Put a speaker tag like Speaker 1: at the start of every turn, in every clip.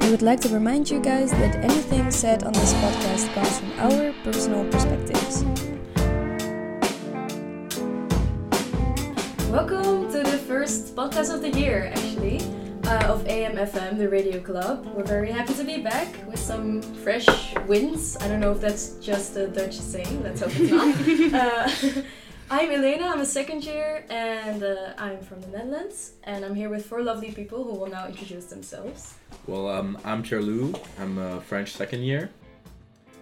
Speaker 1: We would like to remind you guys that anything said on this podcast comes from our personal perspectives.
Speaker 2: Welcome to the first podcast of the year, actually, uh, of AMFM, the radio club. We're very happy to be back with some fresh winds. I don't know if that's just a Dutch saying, let's hope it's not. uh, I'm Elena, I'm a second year, and uh, I'm from the Netherlands. And I'm here with four lovely people who will now introduce themselves.
Speaker 3: Well, um, I'm Charlou. I'm a French second year.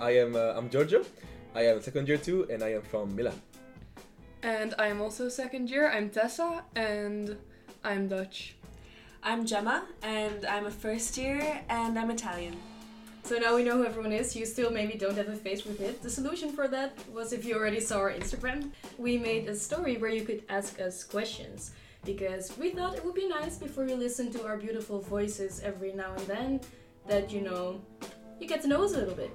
Speaker 4: I am uh, I'm Giorgio. I am second year too, and I am from Milan.
Speaker 5: And I am also second year. I'm Tessa, and I'm Dutch.
Speaker 6: I'm Gemma, and I'm a first year, and I'm Italian.
Speaker 2: So now we know who everyone is. You still maybe don't have a face with it. The solution for that was if you already saw our Instagram, we made a story where you could ask us questions because we thought it would be nice before you listen to our beautiful voices every now and then that you know you get to know us a little bit.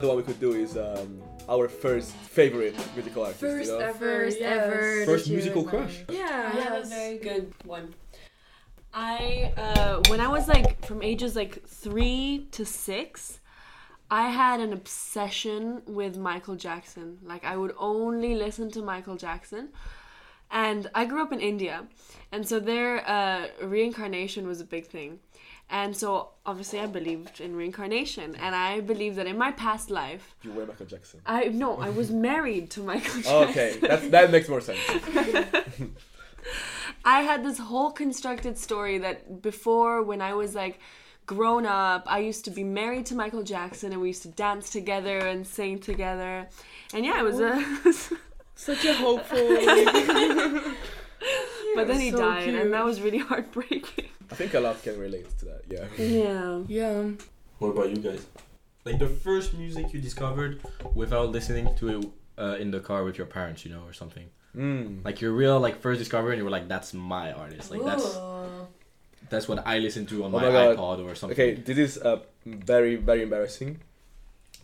Speaker 4: So what we could do is um, our first favorite musical artist.
Speaker 5: First
Speaker 4: you know?
Speaker 5: ever.
Speaker 2: First
Speaker 5: yes.
Speaker 2: ever.
Speaker 3: First
Speaker 2: that you
Speaker 3: musical
Speaker 2: remember.
Speaker 3: crush.
Speaker 6: I
Speaker 5: Yeah.
Speaker 6: have a very good one. I uh, when I was like from ages like three to six, I had an obsession with Michael Jackson. Like I would only listen to Michael Jackson. And I grew up in India, and so their uh, reincarnation was a big thing. And so obviously I believed in reincarnation, and I believed that in my past life,
Speaker 4: You were Michael Jackson.
Speaker 6: I no, I was married to Michael Jackson.
Speaker 4: Okay, that's, that makes more sense.
Speaker 6: I had this whole constructed story that before when I was like grown up, I used to be married to Michael Jackson and we used to dance together and sing together. And yeah, it was a
Speaker 5: Such a hopeful.
Speaker 6: but then he
Speaker 5: so
Speaker 6: died
Speaker 5: cute.
Speaker 6: and that was really heartbreaking.
Speaker 4: I think a lot can relate to that. Yeah.
Speaker 6: Yeah.
Speaker 5: yeah.
Speaker 3: What about you guys? Like the first music you discovered without listening to it uh, in the car with your parents, you know, or something.
Speaker 4: Mm.
Speaker 3: Like your real like first discovery, and you were like, "That's my artist. Like that's
Speaker 2: Ooh.
Speaker 3: that's what I listen to on
Speaker 4: Oh
Speaker 3: my,
Speaker 4: my God.
Speaker 3: iPod or something."
Speaker 4: Okay, this is uh, very very embarrassing,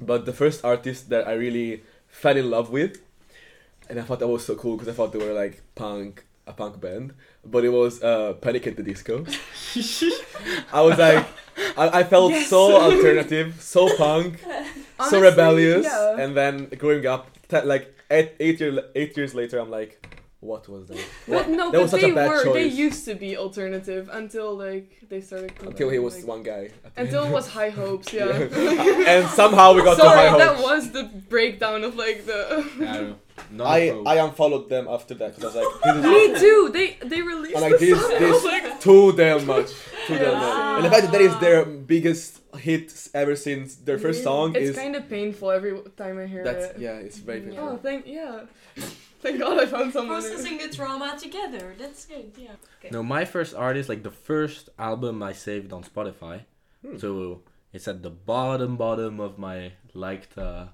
Speaker 4: but the first artist that I really fell in love with, and I thought that was so cool because I thought they were like punk a punk band, but it was uh, Panic at the Disco. I was like, I, I felt so alternative, so punk, so
Speaker 5: Honestly,
Speaker 4: rebellious,
Speaker 5: yeah.
Speaker 4: and then growing up, te- like eight eight, year, eight years later, I'm like, what was that?
Speaker 5: But no,
Speaker 4: That was
Speaker 5: but
Speaker 4: such a
Speaker 5: they
Speaker 4: bad
Speaker 5: were. They
Speaker 4: choice.
Speaker 5: used to be alternative until like they started.
Speaker 4: Until he was
Speaker 5: like-
Speaker 4: one guy.
Speaker 5: Until it was high hopes. Yeah.
Speaker 4: and somehow we got to
Speaker 5: Sorry,
Speaker 4: high hopes.
Speaker 5: that was the breakdown of like the.
Speaker 3: I don't know. Not
Speaker 4: I
Speaker 3: a pro.
Speaker 4: I unfollowed them after that because I was like, this is
Speaker 5: Me too. They they released
Speaker 4: I'm like
Speaker 5: the
Speaker 4: this
Speaker 5: song. Oh I was like,
Speaker 4: this too damn much, too damn
Speaker 5: Ah.
Speaker 4: much. And the fact that that is their biggest hit ever since their first song
Speaker 5: it's
Speaker 4: is
Speaker 5: kind of painful every time I hear
Speaker 4: that's
Speaker 5: it.
Speaker 4: yeah, it's very
Speaker 6: Yeah.
Speaker 4: painful.
Speaker 5: Oh, thank yeah. Thank God I found someone. who-
Speaker 6: the trauma together. That's good, yeah.
Speaker 3: No, my first artist, like the first album I saved on Spotify.
Speaker 4: Hmm.
Speaker 3: So it's at the bottom, bottom of my liked uh,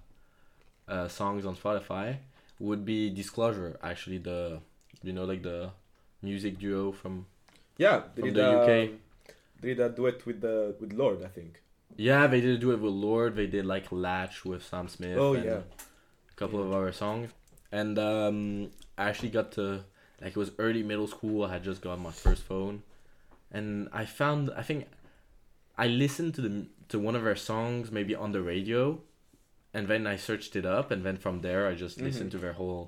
Speaker 3: uh, songs on Spotify would be Disclosure. Actually, the you know like the music duo from
Speaker 4: Yeah, they
Speaker 3: from
Speaker 4: did
Speaker 3: the
Speaker 4: a,
Speaker 3: UK.
Speaker 4: They did a duet with the with Lord, I think.
Speaker 3: Yeah, they did do it with Lord. They did like Latch with Sam Smith.
Speaker 4: Oh,
Speaker 3: and
Speaker 4: yeah.
Speaker 3: a couple of other songs, and um, I actually got to like it was early middle school. I had just gotten my first phone, and I found I think I listened to the to one of their songs maybe on the radio, and then I searched it up, and then from there I just
Speaker 4: Mm-hmm.
Speaker 3: listened to their whole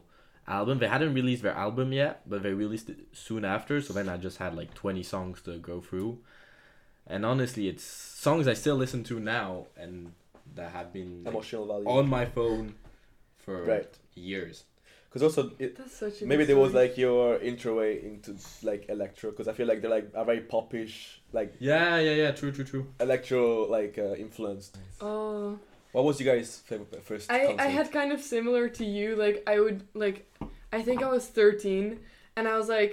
Speaker 3: album. They hadn't released their album yet, but they released it soon after. So then I just had like twenty songs to go through, and honestly, it's songs I still listen to now, and that have been like,
Speaker 4: Emotional value.
Speaker 3: on my phone for
Speaker 4: Right.
Speaker 3: years.
Speaker 4: Because also it,
Speaker 5: That's such a
Speaker 4: maybe
Speaker 5: good
Speaker 4: there was
Speaker 5: story.
Speaker 4: like your intro way into like electro because I feel like they're like a very popish like
Speaker 3: Yeah, yeah, yeah. True, true, true.
Speaker 4: electro like uh, influenced.
Speaker 5: Oh.
Speaker 4: What was you guys' favorite first?
Speaker 5: I, I
Speaker 4: concert?
Speaker 5: had kind of similar to you. Like I would like, I think I was thirteen, and I was like,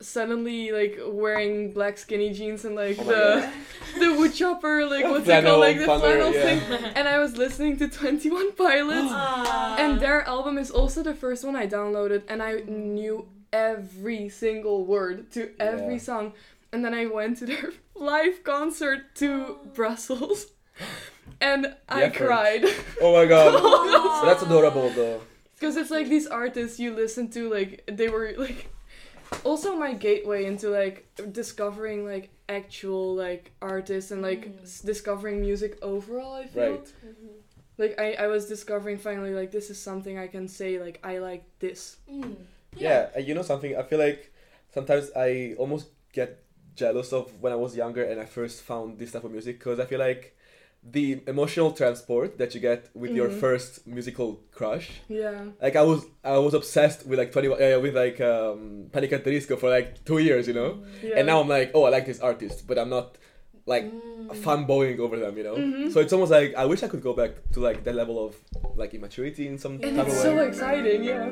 Speaker 5: suddenly like wearing black skinny jeans and like
Speaker 4: Oh my
Speaker 5: the the wood chopper like what's it
Speaker 4: Flannel,
Speaker 5: called like the
Speaker 4: flannel,
Speaker 5: flannel
Speaker 4: yeah.
Speaker 5: thing. And I was listening to Twenty One Pilots,
Speaker 6: uh,
Speaker 5: and their album is also the first one I downloaded, and I knew every single word to every
Speaker 4: Yeah.
Speaker 5: song. And then I went to their live concert to Brussels, and I
Speaker 4: effort.
Speaker 5: cried.
Speaker 4: Oh my god, Um, that's adorable though.
Speaker 5: Because it's like these artists you listen to, like they were like also my gateway into like discovering like actual like artists and like
Speaker 2: Mm.
Speaker 5: s- discovering music overall. I feel
Speaker 4: Right.
Speaker 5: like I I was discovering finally like this is something I can say like I like this.
Speaker 2: Mm.
Speaker 4: Yeah. and you know something? I feel like sometimes I almost get jealous of when I was younger and I first found this type of music because I feel like the emotional transport that you get with your
Speaker 5: Mhm.
Speaker 4: first musical crush.
Speaker 5: Yeah.
Speaker 4: Like I was, I was obsessed with like twenty, uh, with like um, Panic at the Disco for like two years, you know.
Speaker 5: Yeah.
Speaker 4: And now I'm like, oh, I like this artist, but I'm not like
Speaker 5: Mm-hmm.
Speaker 2: Mm.
Speaker 4: fanboying over them, you know.
Speaker 5: Mhm.
Speaker 4: So it's almost like I wish I could go back to like that level of like immaturity in some
Speaker 2: And
Speaker 4: type
Speaker 5: it's
Speaker 4: of
Speaker 5: so
Speaker 4: way.
Speaker 5: exciting. Yeah.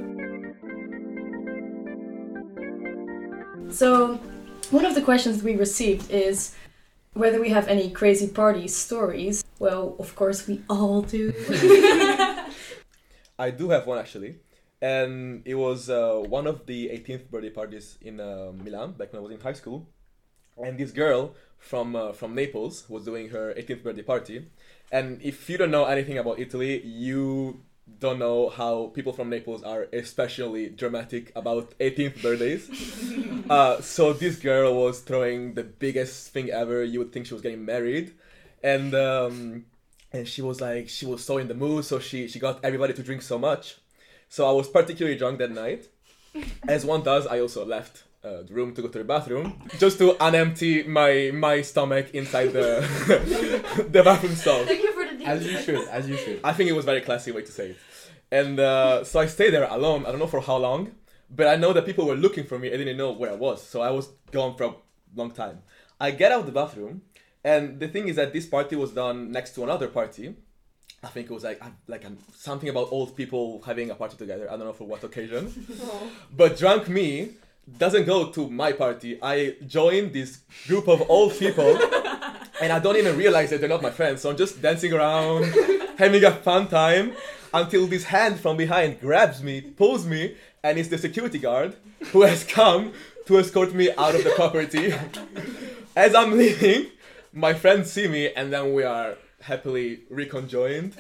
Speaker 2: So, one of the questions we received is whether we have any crazy party stories. Well, of course, we all do.
Speaker 4: I do have one actually, and it was uh, one of the 18th birthday parties in uh, Milan back when I was in high school, and this girl from uh, from Naples was doing her 18th birthday party, and if you don't know anything about Italy, you don't know how people from Naples are especially dramatic about 18th birthdays. uh, so this girl was throwing the biggest thing ever. You would think she was getting married, and um, and she was like she was so in the mood, so she she got everybody to drink so much. So I was particularly drunk that night, as one does. I also left. Uh, the room to go to the bathroom just to unempty my my stomach inside the the bathroom stall.
Speaker 2: Thank you for the details.
Speaker 3: As you should, as you should.
Speaker 4: I think it was very classy way to say it. And uh, so I stayed there alone. I don't know for how long, but I know that people were looking for me. I didn't know where I was, so I was gone for a long time. I get out of the bathroom, and the thing is that this party was done next to another party. I think it was like I- like um, something about old people having a party together. I don't know for what occasion, but drunk me doesn't go to my party. I join this group of old people, and I don't even realize that they're not my friends. So I'm just dancing around, having a fun time, until this hand from behind grabs me, pulls me, and it's the security guard who has come to escort me out of the property. As I'm leaving, my friends see me, and then we are happily reconjoined.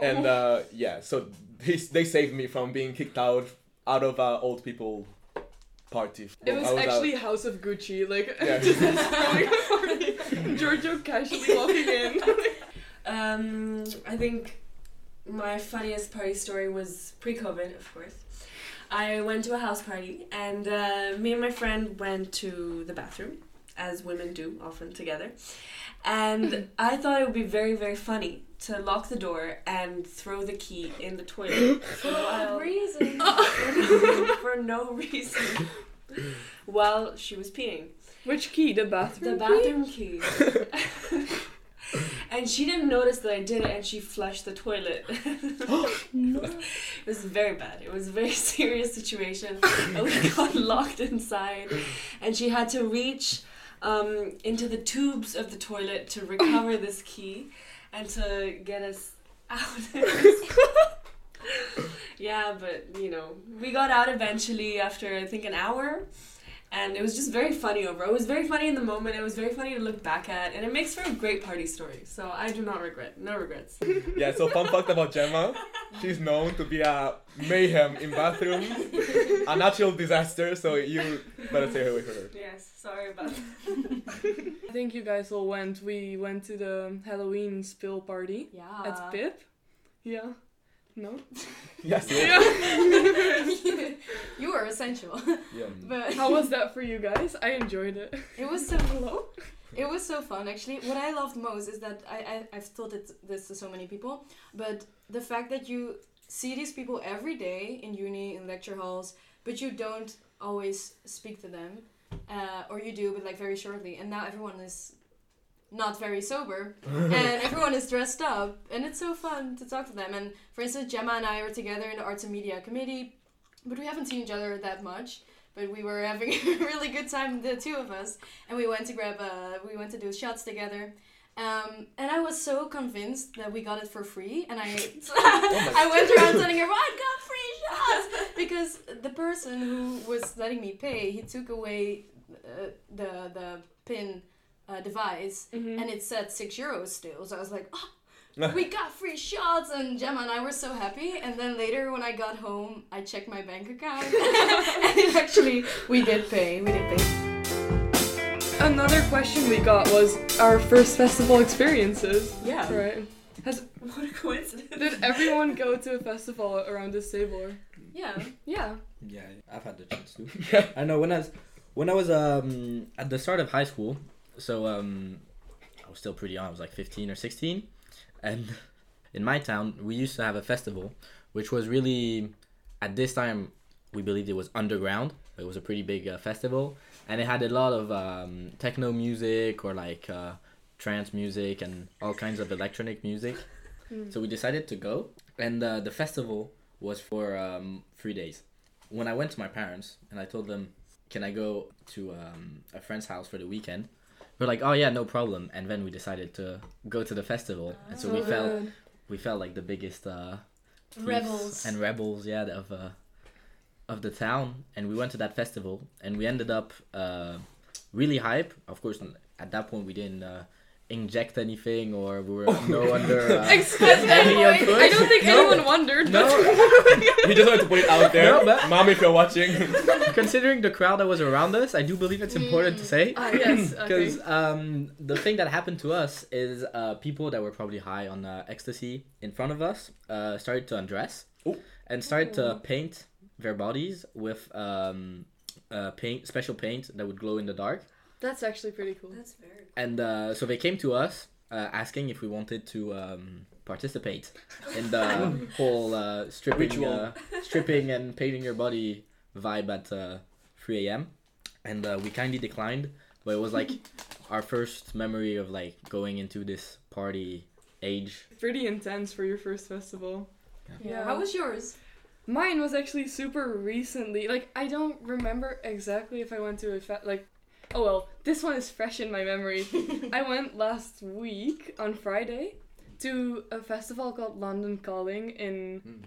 Speaker 4: And uh, yeah, so he, they saved me from being kicked out out of uh, old people party.
Speaker 5: It
Speaker 4: I
Speaker 5: was,
Speaker 4: uh, out-
Speaker 5: actually House of Gucci, like
Speaker 4: Yeah.
Speaker 5: just throwing a party. Giorgio casually walking in.
Speaker 6: Um, I think my funniest party story was pre-COVID, of course. I went to a house party, and uh, me and my friend went to the bathroom, as women do often together. And I thought it would be very, very funny to lock the door and throw the key in the toilet for
Speaker 2: For
Speaker 6: a while
Speaker 2: reason.
Speaker 6: for no reason while she was peeing.
Speaker 5: Which key? The bathroom.
Speaker 6: The bathroom key. and she didn't notice that I did it and she flushed the toilet. it was very bad. It was a very serious situation. And we got locked inside and she had to reach um, into the tubes of the toilet to recover this key and to get us out. yeah, but you know, we got out eventually after I think an hour. And it was just very funny overall. It was very funny in the moment. It was very funny to look back at, and it makes for a great party story. So I do not regret. No regrets.
Speaker 4: Yeah, so fun fact about Gemma, she's known to be a mayhem in bathrooms, a natural disaster, so you better stay away from her.
Speaker 6: Yes, sorry about that.
Speaker 5: I think you guys all went. We went to the Halloween spill party
Speaker 2: Yeah.
Speaker 5: at Pip. Yeah. No.
Speaker 4: Yes,
Speaker 2: you are essential.
Speaker 4: yeah.
Speaker 2: But
Speaker 5: How was that for you guys? I enjoyed it.
Speaker 2: It was so hello. It was so fun actually. What I loved most is that I, I I've told it this to so many people, but the fact that you see these people every day in uni in lecture halls, but you don't always speak to them, uh, or you do but like very shortly. And now everyone is not very sober, and everyone is dressed up, and it's so fun to talk to them. And for instance, Gemma and I are together in the arts and media committee, but we haven't seen each other that much. But we were having a really good time, the two of us and we went to grab uh we went to do shots together um, and I was so convinced that we got it for free, and I I went around telling her, "Well, I got free shots!" Because the person who was letting me pay, he took away uh, the the pin uh, device, and it said six euros still. So I was like, "Oh, we got free shots, and Gemma and I were so happy. And then later, when I got home, I checked my bank account, and it actually we did pay. We did pay.
Speaker 5: Another question we got was our first festival experiences.
Speaker 2: Yeah.
Speaker 5: Right.
Speaker 6: What a coincidence.
Speaker 5: Did everyone go to a festival around this table?
Speaker 2: Yeah.
Speaker 5: Yeah.
Speaker 3: Yeah, I've had the chance to. I know when I was when I was um at the start of high school, so um I was still pretty young. I was like 15 or 16, and in my town we used to have a festival, which was really at this time we believed it was underground. It was a pretty big uh, festival, and it had a lot of um, techno music or like uh, trance music and all kinds of electronic music. So we decided to go, and uh, the festival was for um, three days when I went to my parents and I told them, "Can I go to um, a friend's house for the weekend?" They're like, "Oh yeah, no problem." And then we decided to go to the festival, and so
Speaker 5: Oh.
Speaker 3: we felt we felt like the biggest uh, thieves
Speaker 2: Rebels.
Speaker 3: and rebels, yeah, of uh, of the town. And we went to that festival, and we ended up uh, really hype. Of course, n- at that point we didn't. Uh, Inject anything, or we were no under. Uh,
Speaker 5: Excuse me.
Speaker 3: any input.
Speaker 5: I don't think
Speaker 3: No,
Speaker 5: anyone wondered. but-
Speaker 3: No,
Speaker 4: He just wanted to put it out there.
Speaker 3: No, but-
Speaker 4: Mom, if you're watching.
Speaker 3: considering the crowd that was around us, I do believe it's important to say.
Speaker 5: Ah, yes. Okay.
Speaker 3: Because um, the thing that happened to us is uh, people that were probably high on uh, ecstasy in front of us uh, started to undress
Speaker 4: Ooh.
Speaker 3: and started to
Speaker 5: Oh.
Speaker 3: paint their bodies with um, uh, paint special paint that would glow in the dark.
Speaker 5: That's actually pretty cool.
Speaker 2: That's very.
Speaker 3: And uh, so they came to us uh, asking if we wanted to um, participate in the whole uh, stripping,
Speaker 4: Ritual.
Speaker 3: uh, stripping and painting your body vibe at uh, 3 a.m. And uh, we kindly declined, but it was like our first memory of like going into this party age.
Speaker 5: Pretty intense for your first festival.
Speaker 2: Yeah.
Speaker 5: Yeah.
Speaker 2: How was yours?
Speaker 5: Mine was actually super recently. Like I don't remember exactly if I went to a fe- like oh well, this one is fresh in my memory. I went last week on Friday to a festival called London Calling in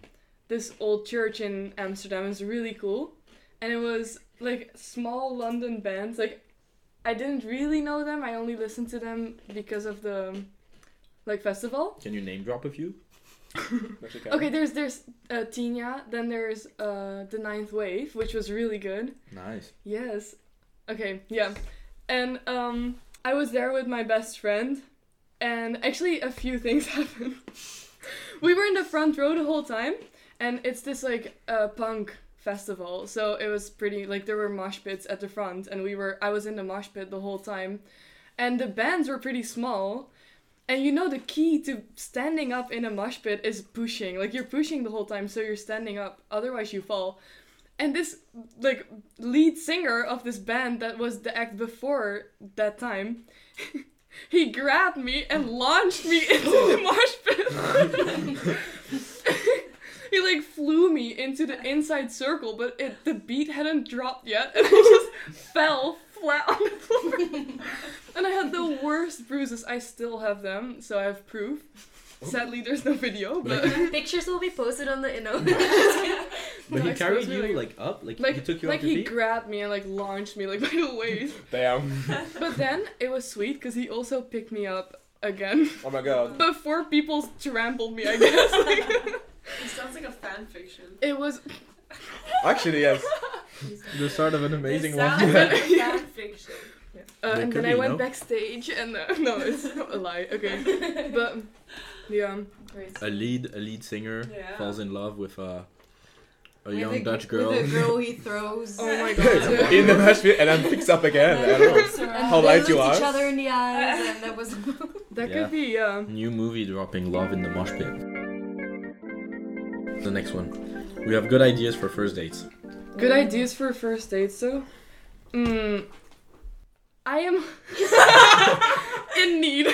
Speaker 5: this old church in Amsterdam. It's really cool. And it was like small London bands. Like I didn't really know them. I only listened to them because of the like festival.
Speaker 3: Can you name drop a few?
Speaker 5: Okay, there's there's uh, Tina, then there's uh, the Ninth Wave, which was really good.
Speaker 3: Nice.
Speaker 5: Yes. Okay, yeah. And um, I was there with my best friend, and actually a few things happened. we were in the front row the whole time, and it's this like uh, punk festival, so it was pretty like there were mosh pits at the front, and we were I was in the mosh pit the whole time, and the bands were pretty small. And you know the key to standing up in a mosh pit is pushing. Like you're pushing the whole time, so you're standing up. Otherwise, you fall. And this like lead singer of this band that was the act before that time, he grabbed me and launched me into the mosh pit. he like flew me into the inside circle, but it the beat hadn't dropped yet, and I just fell flat on the floor. And I had the worst bruises. I still have them, so I have proof. Sadly, there's no video, but
Speaker 2: Pictures will be posted on the you know.
Speaker 5: But he I carried suppose you, really-
Speaker 3: like up,
Speaker 5: like like he grabbed me and like launched me like by the waist.
Speaker 4: Damn.
Speaker 5: But then it was sweet because he also picked me up again
Speaker 4: Oh my god.
Speaker 5: before people trampled me. I guess Like,
Speaker 6: It sounds like a fan fiction.
Speaker 5: it was uh,
Speaker 4: Actually, yes.
Speaker 3: the start of an amazing one.
Speaker 6: fan fiction.
Speaker 5: Uh,
Speaker 3: They
Speaker 5: and then
Speaker 3: could be,
Speaker 5: I
Speaker 3: you
Speaker 5: went
Speaker 3: know?
Speaker 5: backstage, and uh, no, it's not a lie. Okay, but yeah,
Speaker 2: Great.
Speaker 7: A lead, a lead singer
Speaker 6: Yeah.
Speaker 7: falls in love with
Speaker 3: uh,
Speaker 7: a, a
Speaker 2: With
Speaker 7: young
Speaker 2: the-
Speaker 7: Dutch girl.
Speaker 2: With the girl he throws.
Speaker 5: oh my god,
Speaker 4: in the Nashville and then picks up again. I don't know. How
Speaker 2: they
Speaker 4: light you
Speaker 2: looked
Speaker 4: are.
Speaker 2: each other in the eyes, and that was.
Speaker 5: that
Speaker 3: Yeah.
Speaker 5: could be yeah.
Speaker 7: New movie dropping Love in the Mosh Pit. The next one. We have good ideas for first dates.
Speaker 5: Good ideas for first dates, though. Mm, I am in need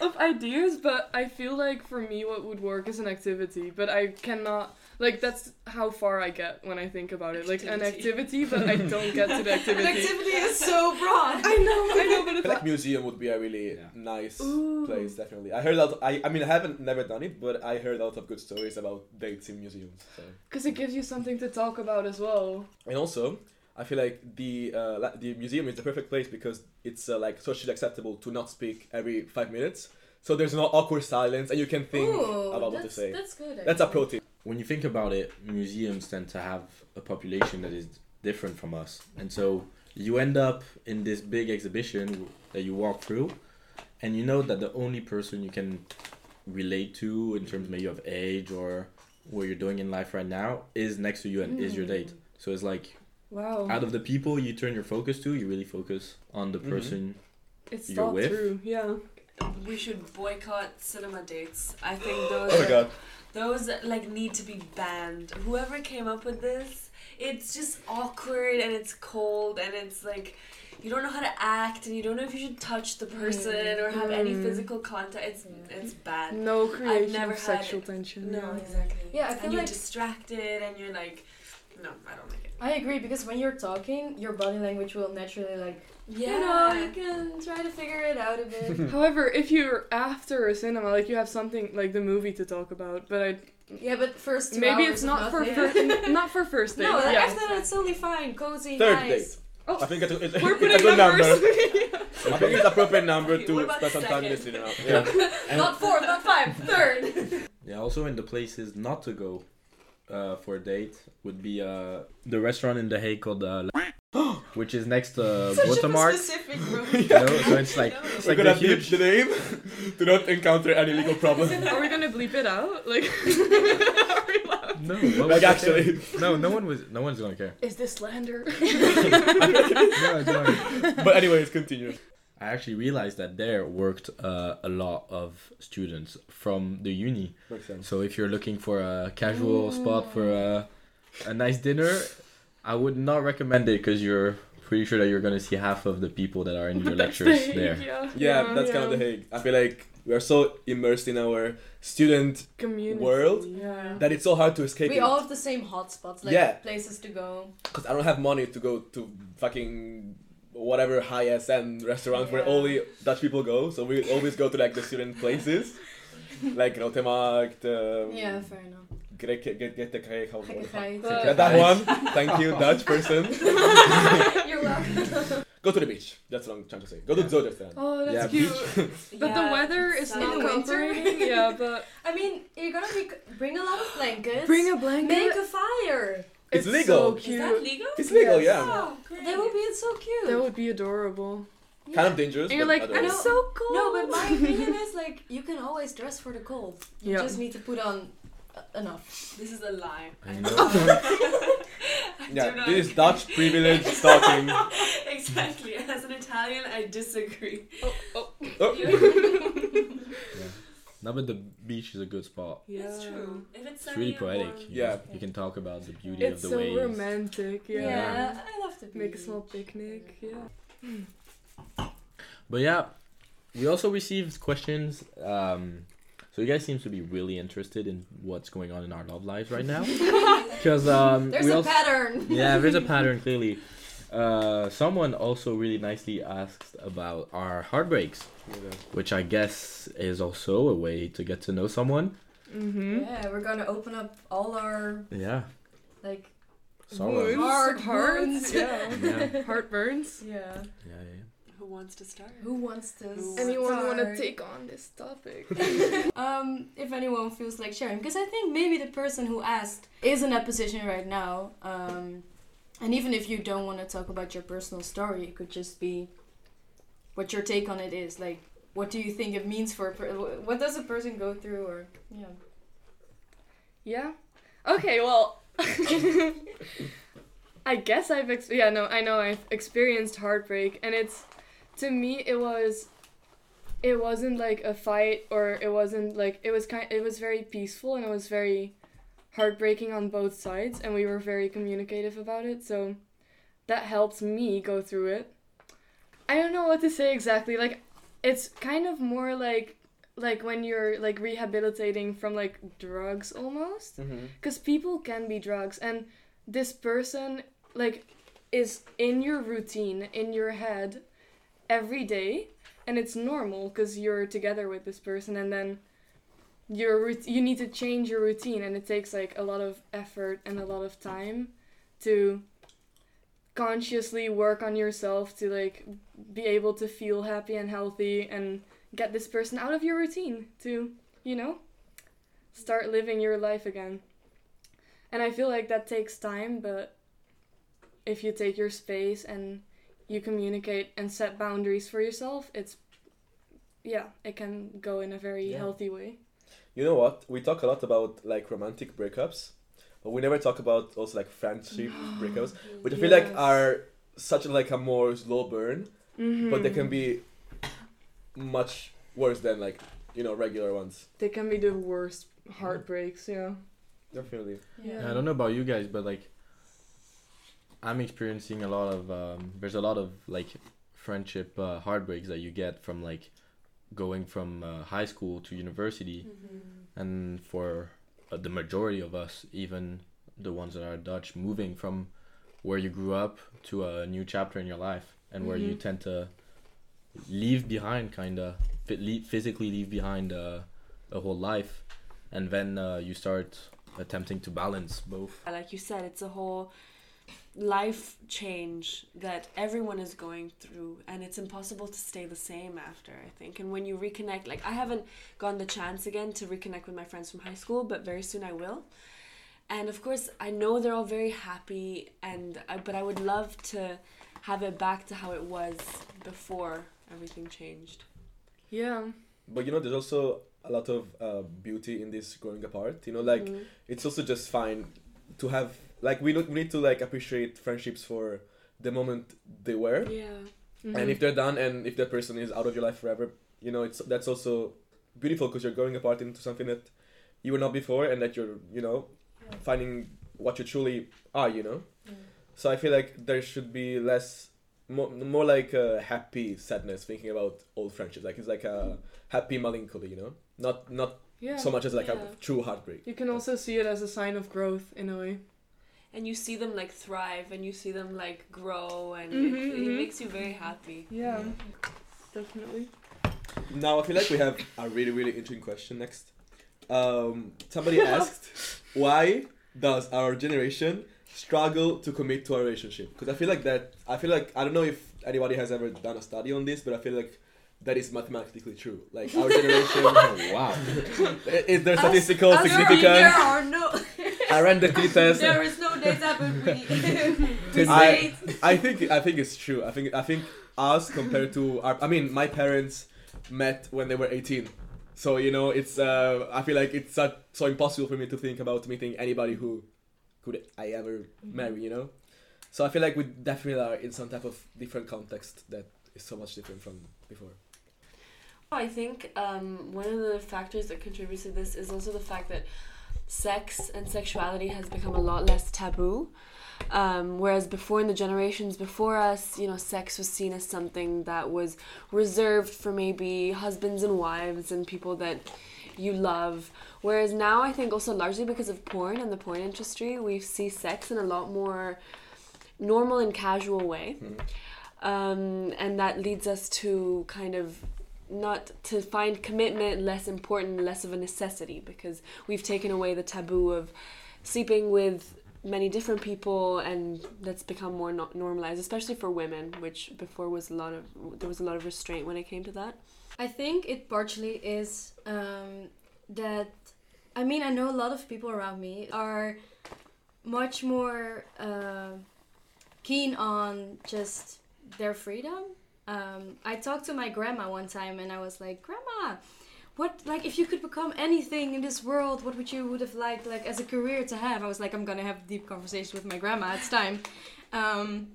Speaker 5: of ideas, but I feel like for me, what would work is an activity. But I cannot, like, that's how far I get when I think about it. Like, an activity, but I don't get to the
Speaker 2: The
Speaker 5: activity.
Speaker 2: activity is so broad.
Speaker 5: I know, I know, but
Speaker 4: I
Speaker 5: it's
Speaker 4: feel
Speaker 5: like,
Speaker 4: like museum would be a really
Speaker 3: Yeah.
Speaker 4: nice
Speaker 5: Ooh.
Speaker 4: place, definitely. I heard out. I, I mean, I haven't never done it, but I heard out of good stories about dates in museums. So.
Speaker 5: because it gives you something to talk about as well.
Speaker 4: And also, I feel like the uh, la- the museum is the perfect place because it's uh, like socially acceptable to not speak every five minutes. so there's no awkward silence and you can think
Speaker 2: Ooh,
Speaker 4: about what to
Speaker 2: that's-
Speaker 4: say.
Speaker 2: That's
Speaker 4: That's,
Speaker 2: good.
Speaker 4: a
Speaker 2: actually.
Speaker 4: pro tip.
Speaker 3: when you think about it, museums tend to have a population that is different from us, and so you end up in this big exhibition that you walk through, and you know that the only person you can relate to in terms maybe of age or what you're doing in life right now is next to you and is your date. So it's like
Speaker 5: Wow.
Speaker 3: out of the people you turn your focus to, you really focus on the
Speaker 4: Mhm.
Speaker 3: person.
Speaker 5: it's
Speaker 3: you're
Speaker 5: thought
Speaker 3: with?
Speaker 5: through. Yeah.
Speaker 6: We should boycott cinema dates. I think those
Speaker 4: Oh
Speaker 6: are-
Speaker 4: my god.
Speaker 6: those like need to be banned. Whoever came up with this, it's just awkward and it's cold and it's like you don't know how to act and you don't know if you should touch the person or have any
Speaker 5: Mm.
Speaker 6: physical contact. It's it's bad. Mm.
Speaker 5: No creation
Speaker 6: never
Speaker 5: of
Speaker 6: had
Speaker 5: sexual
Speaker 6: it.
Speaker 5: tension.
Speaker 6: No, exactly.
Speaker 2: Yeah, I feel
Speaker 6: and you're
Speaker 2: like-
Speaker 6: distracted and you're like, no, I don't like it.
Speaker 2: I agree because when you're talking, your body language will naturally like
Speaker 6: Yeah.
Speaker 2: you know you can try to figure it out a
Speaker 4: Hmm.
Speaker 2: bit.
Speaker 5: However, if you're after a cinema, like you have something like the movie to talk about, but I
Speaker 2: yeah, but first two
Speaker 5: maybe
Speaker 2: hours
Speaker 5: it's
Speaker 2: of
Speaker 5: not for
Speaker 2: nothing.
Speaker 5: fir- n- not for first date.
Speaker 2: no, like,
Speaker 5: yeah.
Speaker 2: after that it's totally fine, cozy,
Speaker 4: Third
Speaker 2: nice.
Speaker 4: date. I think it's a, it's,
Speaker 5: We're
Speaker 4: it's
Speaker 5: putting
Speaker 4: a good number.
Speaker 5: numbers.
Speaker 4: I think it's appropriate number
Speaker 6: Okay, what
Speaker 4: to
Speaker 6: about
Speaker 4: spend some time in the
Speaker 6: second?
Speaker 4: cinema. Yeah.
Speaker 3: And-
Speaker 2: Not fourth, not five, third.
Speaker 3: Yeah, also in the places not to go uh, for a date would be uh, the restaurant in The Hague called uh, La- which is next to Watermark.
Speaker 6: specific
Speaker 3: You know? So it's like it's
Speaker 4: We're
Speaker 3: like
Speaker 4: gonna
Speaker 3: a
Speaker 4: beep
Speaker 3: huge.
Speaker 4: the name to not encounter any legal problem.
Speaker 5: Are we gonna bleep it out? Like, are we allowed?
Speaker 3: No, what was
Speaker 4: Like
Speaker 3: I
Speaker 4: actually,
Speaker 3: saying? No, no one was. No one's gonna care.
Speaker 5: is this slander?
Speaker 3: No, it's not.
Speaker 4: but anyways, continue.
Speaker 3: I actually realized that there worked uh, a lot of students from the uni.
Speaker 4: Makes sense.
Speaker 3: So if you're looking for a casual spot for a, a nice dinner, I would not recommend it because you're pretty sure that you're gonna see half of the people that are in your lectures there.
Speaker 5: Yeah,
Speaker 4: Yeah, that's kind of the Hague. I feel like we are so immersed in our student
Speaker 5: community
Speaker 4: world
Speaker 5: Yeah.
Speaker 4: that it's so hard to escape.
Speaker 2: we all have the same hotspots, like
Speaker 4: Yeah.
Speaker 2: places to go.
Speaker 4: Because I don't have money to go to fucking whatever high S end restaurant where
Speaker 2: Yeah.
Speaker 4: only Dutch people go. So we always go to like the student places, like Rotemarkt, um,
Speaker 2: Yeah, fair enough.
Speaker 4: Greke- Get Get the Kreeg, how-
Speaker 2: Gekke
Speaker 4: how-
Speaker 2: geit.
Speaker 5: Uh,
Speaker 4: Yeah, that one. Thank you, Dutch person.
Speaker 2: You're welcome.
Speaker 4: Go to the beach. That's what I'm trying to say. Go to
Speaker 3: Yeah.
Speaker 4: Zoderstrand.
Speaker 5: Oh, that's
Speaker 3: Yeah,
Speaker 5: cute. But the weather is
Speaker 2: In
Speaker 5: not
Speaker 2: the winter.
Speaker 5: cooperating. yeah, but
Speaker 2: I mean, you're gonna be, bring a lot of blankets.
Speaker 5: a blanket.
Speaker 2: Make a fire.
Speaker 4: It's
Speaker 5: so
Speaker 4: legal.
Speaker 5: cute.
Speaker 6: legal?
Speaker 4: It's legal,
Speaker 5: Yes.
Speaker 4: yeah.
Speaker 6: Oh, great.
Speaker 2: That would be so cute.
Speaker 5: That would be adorable.
Speaker 2: Yeah.
Speaker 4: Kind of dangerous.
Speaker 5: And you're
Speaker 4: but
Speaker 5: like, I'm
Speaker 4: otherwise-
Speaker 2: know.
Speaker 5: so cold.
Speaker 2: No, but my opinion is like you can always dress for the cold. You
Speaker 5: Yeah.
Speaker 2: just need to put on uh, enough.
Speaker 6: This is a lie.
Speaker 3: I
Speaker 6: I
Speaker 3: know.
Speaker 6: do
Speaker 4: Yeah,
Speaker 6: not
Speaker 4: this is Dutch privilege talking.
Speaker 6: exactly. As an Italian, I disagree.
Speaker 4: Oh.
Speaker 3: No, but the beach is a good spot.
Speaker 5: yeah.
Speaker 6: It's true. If it's,
Speaker 3: It's really
Speaker 6: sunny and
Speaker 3: poetic.
Speaker 6: warm.
Speaker 3: You
Speaker 4: Yeah.
Speaker 3: can- you can talk about the beauty
Speaker 5: It's
Speaker 3: of the
Speaker 5: so
Speaker 3: waves.
Speaker 5: romantic. Yeah.
Speaker 3: Yeah.
Speaker 2: I love to
Speaker 5: Make a small picnic. Yeah.
Speaker 3: But yeah, we also received questions. Um, so you guys seem to be really interested in what's going on in our love lives right now, because um,
Speaker 2: There's
Speaker 3: we
Speaker 2: a
Speaker 3: also
Speaker 2: pattern.
Speaker 3: yeah, there's a pattern clearly. Uh, someone also really nicely asked about our heartbreaks, which I guess is also a way to get to know someone.
Speaker 5: Mm-hmm.
Speaker 2: Yeah, we're gonna open up all our
Speaker 3: Yeah,
Speaker 2: like.
Speaker 3: sorrow.
Speaker 2: Wounds. Hard
Speaker 5: hearts.
Speaker 2: burns.
Speaker 5: Yeah.
Speaker 3: Yeah, yeah,
Speaker 5: Heartburns.
Speaker 2: Yeah.
Speaker 3: yeah.
Speaker 6: Who wants to start?
Speaker 2: Who wants this?
Speaker 6: Who
Speaker 5: Anyone want to
Speaker 2: Sorry.
Speaker 5: take on this topic?
Speaker 2: um, if anyone feels like sharing, because I think maybe the person who asked is in that position right now. Um, and even if you don't want to talk about your personal story, it could just be what your take on it is. Like, what do you think it means for a per- wh- what does a person go through, or yeah,
Speaker 5: Yeah. Okay, well, I guess I've ex- yeah, no, I know I've experienced heartbreak and it's to me it was it wasn't like a fight or it wasn't like it was kind it was very peaceful and it was very heartbreaking on both sides and we were very communicative about it. So that helped me go through it. I don't know what to say exactly. Like it's kind of more like like when you're like rehabilitating from like drugs almost because people can be drugs and this person like is in your routine in your head every day and it's normal because you're together with this person and then your rout- you need to change your routine and it takes like a lot of effort and a lot of time to consciously work on yourself to like be able to feel happy and healthy and get this person out of your routine to, you know, start living your life again. And I feel like that takes time, but if you take your space and you communicate and set boundaries for yourself, it's yeah, it can go in a very
Speaker 4: Yeah.
Speaker 5: healthy way.
Speaker 4: You know what? We talk a lot about like romantic breakups, but we never talk about also like friendship breakups, which I feel like
Speaker 5: Yes.
Speaker 4: are such like a more slow burn, but they can
Speaker 5: Mhm.
Speaker 4: be much worse than like you know regular ones.
Speaker 5: they can be the worst heartbreaks, yeah.
Speaker 4: Definitely.
Speaker 3: Yeah, I don't know about you guys, but like, I'm experiencing a lot of um, there's a lot of like friendship uh, heartbreaks that you get from like going from uh, high school to university, and for uh, the majority of us, even the ones that are Dutch, moving from where you grew up to a new chapter in your life, and where you
Speaker 5: Mhm.
Speaker 3: tend to leave behind, kinda phy- lea- physically leave behind uh, a whole life, and then uh, you start attempting to balance both.
Speaker 6: Like you said, it's a whole life change that everyone is going through, and it's impossible to stay the same after, I think. And when you reconnect, like I haven't gotten the chance again to reconnect with my friends from high school, but very soon I will. And of course, I know they're all very happy, and I, but I would love to have it back to how it was before everything changed.
Speaker 5: Yeah.
Speaker 4: But you know, there's also a lot of uh, beauty in this growing apart. You know, like
Speaker 6: Mhm.
Speaker 4: it's also just fine to have like we don't we need to like appreciate friendships for the moment they were.
Speaker 6: yeah.
Speaker 4: and if they're done and if that person is out of your life forever you know it's that's also beautiful because you're going apart into something that you were not before and that you're you know finding what you truly are you know so i feel like there should be less more, more like a happy sadness thinking about old friendships like it's like a happy melancholy you know not not
Speaker 5: yeah.
Speaker 4: so much as like
Speaker 6: Yeah.
Speaker 4: a true heartbreak
Speaker 5: you can also see it as a sign of growth in a way.
Speaker 6: and you see them like thrive and you see them like grow and
Speaker 5: Mhm,
Speaker 6: it, it
Speaker 5: mhm.
Speaker 6: makes you very happy
Speaker 5: Yeah. Definitely.
Speaker 4: now i feel like we have a really really interesting question next um somebody asked why does our generation struggle to commit to a relationship? Because I feel like that. I feel like I don't know if anybody has ever done a study on this, but I feel like that is mathematically true. Like our generation,
Speaker 8: Oh, wow.
Speaker 4: is there statistical
Speaker 6: As- as there are- there
Speaker 4: significance?
Speaker 6: are no
Speaker 4: I ran the t test.
Speaker 6: there is no data but we
Speaker 4: I-
Speaker 6: I,
Speaker 4: I think I think it's true. I think I think us compared to our. I mean, my parents met when they were eighteen. So you know, it's. Uh, I feel like it's so, so impossible for me to think about meeting anybody who could I ever marry. You know, so I feel like we definitely are in some type of different context that is so much different from before.
Speaker 6: I think um, one of the factors that contributes to this is also the fact that sex and sexuality has become a lot less taboo um, whereas before in the generations before us you know sex was seen as something that was reserved for maybe husbands and wives and people that you love whereas now i think also largely because of porn and the porn industry we see sex in a lot more normal and casual way um, and that leads us to kind of not to find commitment less important less of a necessity because we've taken away the taboo of sleeping with many different people and that's become more no- normalized especially for women which before was a lot of there was a lot of restraint when it came to that
Speaker 2: I think it partially is um, that. I mean, I know a lot of people around me are much more uh, keen on just their freedom. Um, I talked to my grandma one time, and I was like, "Grandma, what like if you could become anything in this world, what would you would have liked like as a career to have?" I was like, "I'm gonna have deep conversations with my grandma. It's time." Um,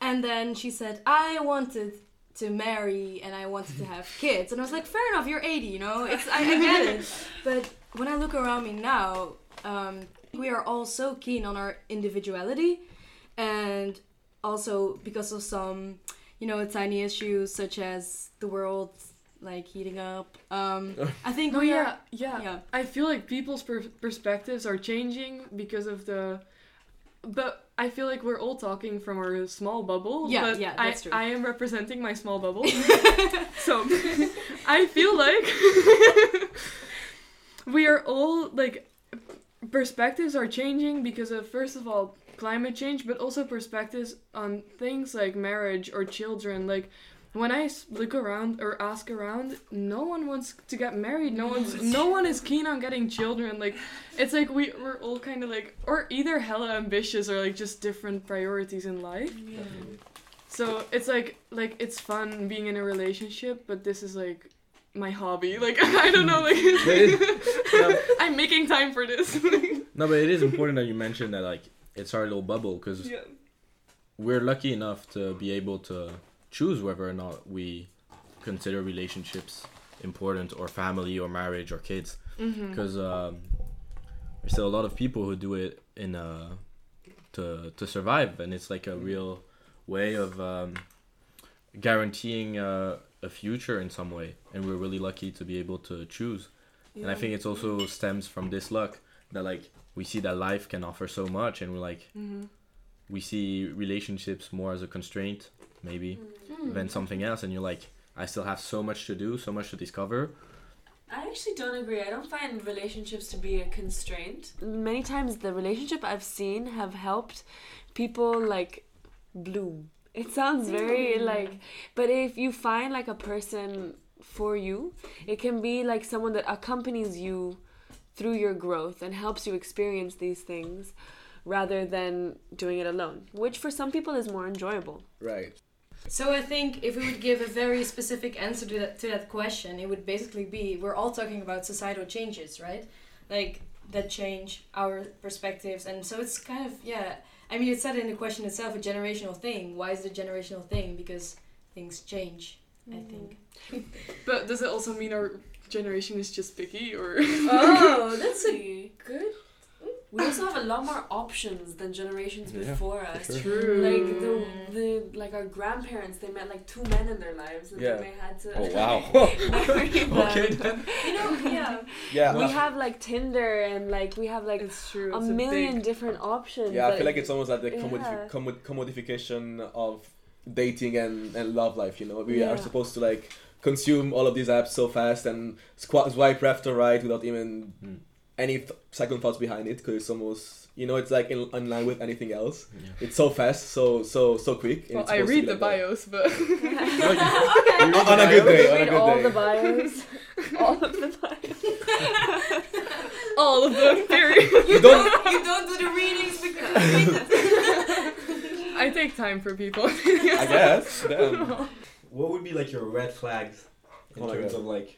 Speaker 2: and then she said, "I wanted to marry and I wanted to have kids. And I was like, fair enough, you're 80, you know? It's, I, I get it. But when I look around me now, um, we are all so keen on our individuality and also because of some, you know, tiny issues such as the world like heating up. Um, I think
Speaker 5: No,
Speaker 2: we
Speaker 5: yeah, yeah,
Speaker 2: are. Yeah.
Speaker 5: I feel like people's per- perspectives are changing because of the. But I feel like we're all talking from our small bubble.
Speaker 2: Yeah,
Speaker 5: but
Speaker 2: yeah,
Speaker 5: I,
Speaker 2: that's true.
Speaker 5: I am representing my small bubble. so I feel like we are all like perspectives are changing because of first of all climate change, but also perspectives on things like marriage or children. Like when I s- look around or ask around, no one wants to get married. No one's no one is keen on getting children. Like it's like we we're all kind of like or either hella ambitious or like just different priorities in life. So it's like like it's fun being in a relationship, but this is like my hobby. Like I don't know. Like I'm making time for this.
Speaker 3: No, but it is important that you mention that like it's our little bubble because
Speaker 5: yeah.
Speaker 3: we're lucky enough to be able to choose whether or not we consider relationships important or family or marriage or kids
Speaker 5: Mm-hmm.
Speaker 3: because um, there's still a lot of people who do it in uh to to survive and it's like a real way of um, guaranteeing uh, a future in some way and we're really lucky to be able to choose and I think it's also stems from this luck that like we see that life can offer so much, and we're like we see relationships more as a constraint maybe than something else, and you're like I still have so much to do, so much to discover.
Speaker 9: I actually don't agree. I don't find relationships to be a constraint.
Speaker 6: Many times the relationship I've seen have helped people like bloom. It sounds very
Speaker 9: Hmm.
Speaker 6: like, but if you find like a person for you, it can be like someone that accompanies you through your growth and helps you experience these things rather than doing it alone, which for some people is more enjoyable.
Speaker 4: Right.
Speaker 2: So I think if we would give a very specific answer to that to that question, it would basically be we're all talking about societal changes, right? Like that change our perspectives, and so it's kind of yeah. I mean, it said in the question itself, a generational thing. Why is it a generational thing? Because things change. I think.
Speaker 5: But does it also mean our generation is just picky or?
Speaker 2: Oh, that's a
Speaker 9: Really.
Speaker 2: good.
Speaker 9: We also have a lot more options than generations
Speaker 3: Yeah,
Speaker 9: before us.
Speaker 5: True.
Speaker 9: Like the, the like our grandparents, they met like two men in their lives, and then
Speaker 4: Yeah.
Speaker 9: they had to.
Speaker 8: Oh wow.
Speaker 9: marry them.
Speaker 2: You know, yeah.
Speaker 4: Yeah.
Speaker 6: We
Speaker 4: I-
Speaker 6: have like Tinder and like we have like
Speaker 5: It's true.
Speaker 6: a
Speaker 5: it's
Speaker 6: million
Speaker 5: big-
Speaker 6: different options.
Speaker 4: yeah, I
Speaker 6: that-
Speaker 4: feel like it's almost like the
Speaker 6: Yeah.
Speaker 4: commodifi- commo- commodification of dating and, and love life, you know? We
Speaker 6: Yeah.
Speaker 4: are supposed to like consume all of these apps so fast and squ- swipe left or right without even
Speaker 8: Hmm.
Speaker 3: Mm.
Speaker 4: any th- second thoughts behind it because it's almost, you know, it's like in, in line with anything else.
Speaker 3: Yeah.
Speaker 4: It's so fast, so, so, so quick. and
Speaker 5: Well,
Speaker 4: it's
Speaker 5: I
Speaker 4: supposed to
Speaker 5: read
Speaker 4: be
Speaker 5: the
Speaker 4: like that.
Speaker 5: bios, but
Speaker 4: On- on a good day, on a
Speaker 6: Read
Speaker 4: good
Speaker 6: all
Speaker 4: day.
Speaker 6: the bios. all of the bios.
Speaker 5: all of them. Period.
Speaker 4: You don't.
Speaker 9: you don't do the readings because
Speaker 5: I take time for people. Oh,
Speaker 4: I guess. Damn.
Speaker 8: what would be like your red flags in
Speaker 4: Oh my
Speaker 8: terms
Speaker 4: God.
Speaker 8: of like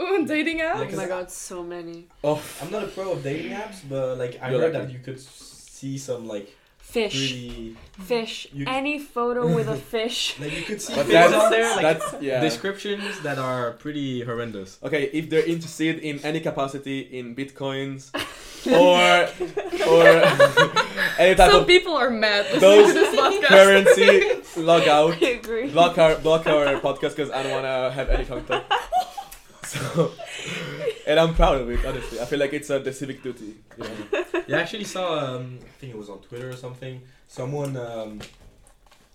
Speaker 5: oh, dating
Speaker 8: Yeah,
Speaker 5: app.
Speaker 6: Oh my god, so many.
Speaker 4: Oh,
Speaker 8: I'm not a pro of dating apps, but like I
Speaker 4: You're
Speaker 8: heard
Speaker 4: lucky.
Speaker 8: that you could s- see some like
Speaker 6: Fish.
Speaker 8: pretty
Speaker 6: Fish.
Speaker 8: You-
Speaker 6: Any photo with a fish.
Speaker 8: like you could see
Speaker 4: but
Speaker 8: things on
Speaker 4: that's,
Speaker 8: there like
Speaker 4: that's yeah.
Speaker 3: Descriptions that are pretty horrendous.
Speaker 4: Okay, if they're interested in any capacity in bitcoins or or any type
Speaker 5: Some
Speaker 4: of
Speaker 5: people are mad listening
Speaker 4: Those
Speaker 5: to this podcast.
Speaker 4: currency, log out,
Speaker 6: I agree.
Speaker 4: block our block our podcast because I don't wanna have any contact. So, and I'm proud of it. Honestly, I feel like it's a the civic duty. You know?
Speaker 8: Yeah, I actually saw. Um, I think it was on Twitter or something. Someone um,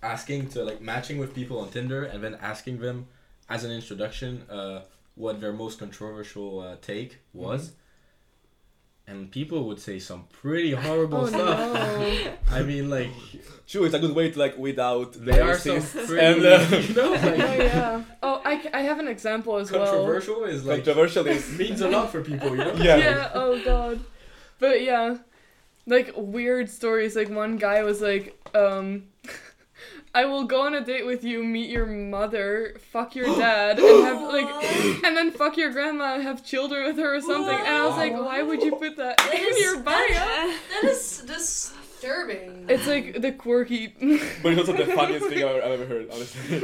Speaker 8: asking to like matching with people on Tinder and then asking them as an introduction uh, what their most controversial uh, take was.
Speaker 4: Mm-hmm.
Speaker 8: And people would say some pretty horrible
Speaker 5: Oh
Speaker 8: stuff.
Speaker 5: no.
Speaker 8: I mean, like
Speaker 4: Sure, it's a good way to like without
Speaker 8: they are some
Speaker 4: racist
Speaker 8: pretty,
Speaker 4: and uh,
Speaker 8: you know,
Speaker 5: Oh
Speaker 8: like,
Speaker 5: yeah. Oh, I, c- I have an example as well.
Speaker 8: controversial is like
Speaker 4: controversial. Is
Speaker 8: means a lot for people, you know.
Speaker 4: Yeah.
Speaker 5: yeah. Oh god. But yeah, like weird stories. Like one guy was like, um, I will go on a date with you, meet your mother, fuck your dad, and have like, and then fuck your grandma and have children with her or something. And I was like, why would you put that in your bio?
Speaker 2: That is disturbing.
Speaker 5: It's like the quirky.
Speaker 4: but it's also the funniest thing I've I've ever heard. Honestly,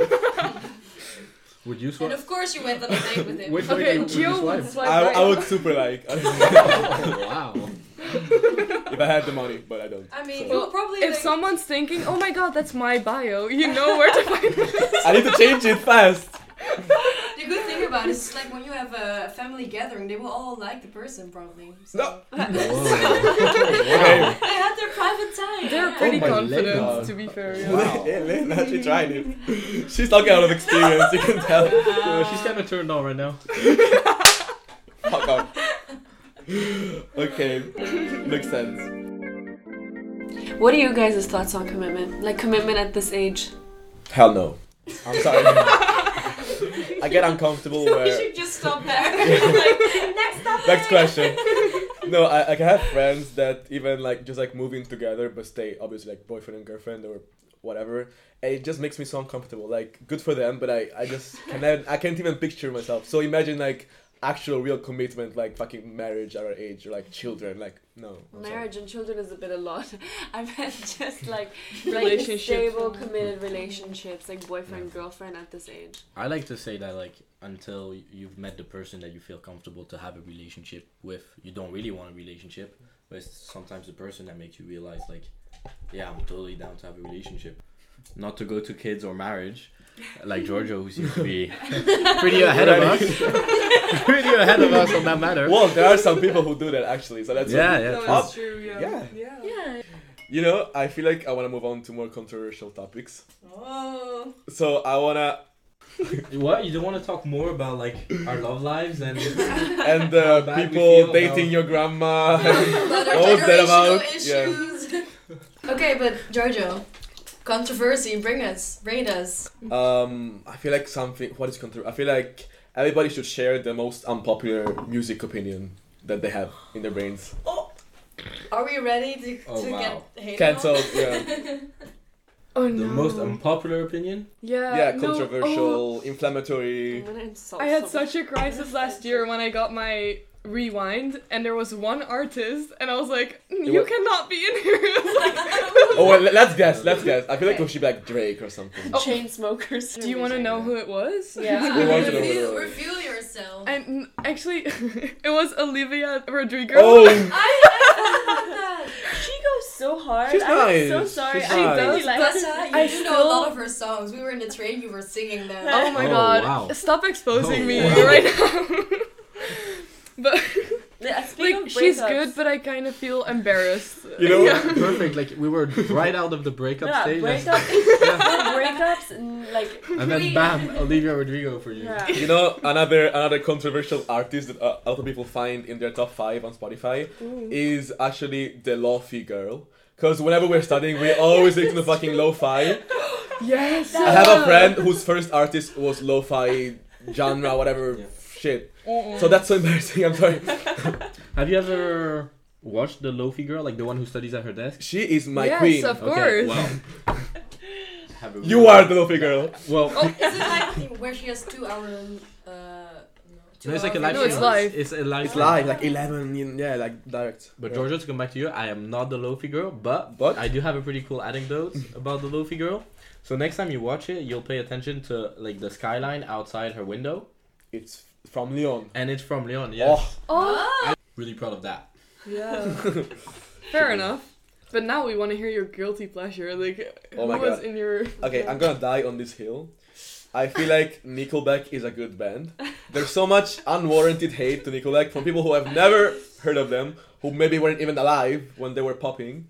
Speaker 3: Would you
Speaker 2: and
Speaker 3: swap?
Speaker 2: of course, you went on a date with him.
Speaker 3: Which way
Speaker 5: okay,
Speaker 3: would you
Speaker 5: Gio would
Speaker 3: swipe?
Speaker 5: swipe
Speaker 4: I,
Speaker 5: right.
Speaker 4: I would super like honestly,
Speaker 8: Oh,
Speaker 3: wow.
Speaker 4: if I had the money, but I don't.
Speaker 2: I mean,
Speaker 4: So-
Speaker 2: you'll probably
Speaker 5: If
Speaker 2: like,
Speaker 5: someone's thinking, oh my god, that's my bio, you know where to find it.
Speaker 4: I need to change it fast.
Speaker 2: The good thing about it is like when you have a family gathering, they will all like the person probably. So.
Speaker 4: No.
Speaker 2: they had their private time.
Speaker 4: Oh
Speaker 5: They're
Speaker 2: yeah.
Speaker 5: pretty
Speaker 8: my
Speaker 5: confident,
Speaker 8: leg.
Speaker 5: to be fair. Yeah.
Speaker 4: Wow. Elena, she tried it. She's talking out of experience, you can tell.
Speaker 3: Uh, she's kind of turned on right now.
Speaker 4: Fuck off. Okay, makes sense.
Speaker 6: What are you guys' thoughts on commitment? Like commitment at this age?
Speaker 4: Hell no. I'm sorry. I get uncomfortable
Speaker 10: we
Speaker 4: where.
Speaker 10: should just stop there. like, next topic.
Speaker 4: Next question. No, I, I can have friends that even like just like moving together but stay obviously like boyfriend and girlfriend or whatever. And it just makes me so uncomfortable. Like good for them, but I, I just can I can't even picture myself. So imagine like actual real commitment like fucking marriage at our age or like children. Like no. I'm sorry.
Speaker 10: Marriage and children is a bit a lot. I meant just like like
Speaker 5: Relationships.
Speaker 10: stable, committed relationships, like boyfriend, girlfriend at this age.
Speaker 3: I like to say that like until y- you've met the person that you feel comfortable to have a relationship with, you don't really want a relationship, but it's sometimes the person that makes you realize like, yeah, I'm totally down to have a relationship, not to go to kids or marriage, like Giorgio who seems to be pretty ahead of us, pretty ahead of us on that matter.
Speaker 4: Well, there are some people who do that actually, so that's
Speaker 3: Yeah,
Speaker 5: No,
Speaker 3: yeah.
Speaker 5: it's true. Yeah.
Speaker 4: yeah.
Speaker 5: Yeah.
Speaker 2: Yeah.
Speaker 4: You know, I feel like I wanna move on to more controversial topics.
Speaker 10: Oh.
Speaker 4: So I wanna
Speaker 3: true. What you don't want to talk more about like our love lives and
Speaker 4: and
Speaker 3: How
Speaker 4: uh,
Speaker 3: bad we
Speaker 4: people
Speaker 3: feel
Speaker 4: dating
Speaker 3: now.
Speaker 4: your grandma. All that
Speaker 2: Oh. Generational
Speaker 4: about- yeah.
Speaker 2: issues. okay, but Giorgio, controversy, bring us, bring it us.
Speaker 4: Um, I feel like something. What is controversial? I feel like everybody should share the most unpopular music opinion that they have in their brains.
Speaker 2: Are we ready to, to
Speaker 3: Oh, wow.
Speaker 2: get hated on?
Speaker 4: Cancel. Yeah,
Speaker 5: Oh
Speaker 3: the
Speaker 5: no.
Speaker 3: most unpopular opinion.
Speaker 5: yeah.
Speaker 4: um, yeah.
Speaker 5: Uh, no, oh,
Speaker 4: Controversial,
Speaker 6: I'm
Speaker 4: inflammatory.
Speaker 6: gonna insult.
Speaker 5: I had
Speaker 6: someone.
Speaker 5: such a crisis last year when I got my rewind, and there was one artist, and I was like, "Mm,
Speaker 4: It
Speaker 5: "You
Speaker 4: wa-
Speaker 5: cannot be in here."
Speaker 4: Oh, well, let's guess. Let's guess. I feel like we should be like Drake or something.
Speaker 5: Oh.
Speaker 6: chain smokers.
Speaker 5: Do you want to know who it was?
Speaker 6: Yeah.
Speaker 4: We want to know who
Speaker 2: reveal,
Speaker 4: it was.
Speaker 2: reveal yourself.
Speaker 5: And actually, it was Olivia Rodrigo.
Speaker 4: Oh,
Speaker 6: She goes so hard.
Speaker 4: She's
Speaker 6: I'm so
Speaker 4: nice.
Speaker 6: sorry.
Speaker 4: She's
Speaker 6: I
Speaker 4: nice.
Speaker 6: really
Speaker 5: She
Speaker 6: like
Speaker 2: But
Speaker 6: her.
Speaker 2: you
Speaker 5: I
Speaker 2: do know a lot
Speaker 5: still-
Speaker 2: of her songs. We were in the train, you were singing them.
Speaker 5: Oh my
Speaker 3: Oh,
Speaker 5: god.
Speaker 3: wow.
Speaker 5: Stop exposing
Speaker 3: Oh,
Speaker 5: me
Speaker 3: wow.
Speaker 5: right now. but
Speaker 6: Yeah, speaking
Speaker 5: like
Speaker 6: of
Speaker 5: she's
Speaker 6: breakups-
Speaker 5: good, but I kind of feel embarrassed.
Speaker 4: You know-
Speaker 5: Yeah.
Speaker 3: perfect. Like we were right out of the breakup
Speaker 6: Yeah,
Speaker 3: stage,
Speaker 6: breakups. breakups and like.
Speaker 3: and then bam, Olivia Rodrigo for you.
Speaker 6: Yeah.
Speaker 4: you know another another controversial artist that uh, a lot of people find in their top five on Spotify is actually the Lofi girl. Cause whenever we're studying, we always listen to fucking lo-fi.
Speaker 5: yes.
Speaker 4: I have a friend whose first artist was lo-fi genre, whatever
Speaker 3: Yeah.
Speaker 4: shit.
Speaker 5: Uh-uh.
Speaker 4: So that's so embarrassing. I'm sorry.
Speaker 3: Have you ever watched the Lofi girl, like the one who studies at her desk?
Speaker 4: She is my
Speaker 5: yes,
Speaker 4: queen.
Speaker 5: of
Speaker 3: Okay,
Speaker 5: course.
Speaker 3: well, have a
Speaker 4: you are the Lofi girl.
Speaker 3: well.
Speaker 2: Is it like where she has two hour? Uh, no, two
Speaker 3: No, it's like a
Speaker 2: hour
Speaker 3: live.
Speaker 5: No, it's
Speaker 2: videos?
Speaker 3: stream.
Speaker 5: live.
Speaker 3: It's a live.
Speaker 4: It's
Speaker 3: stream.
Speaker 4: live, like eleven. in- Yeah, like direct.
Speaker 3: But
Speaker 4: Yeah.
Speaker 3: Georgia, to come back to you, I am not the Lofi girl, but
Speaker 4: But?
Speaker 3: I do have a pretty cool anecdote about the Lofi girl. So next time you watch it, you'll pay attention to like the skyline outside her window,
Speaker 4: it's from Lyon.
Speaker 3: and it's from Lyon. Yes,
Speaker 5: Oh,
Speaker 3: really proud of that.
Speaker 5: yeah. Fair enough. But now we want to hear your guilty pleasure. Like,
Speaker 4: Oh
Speaker 5: who
Speaker 4: my
Speaker 5: was
Speaker 4: God.
Speaker 5: in your?
Speaker 4: Okay, I'm gonna die on this hill. I feel like Nickelback is a good band. There's so much unwarranted hate to Nickelback from people who have never heard of them, who maybe weren't even alive when they were popping.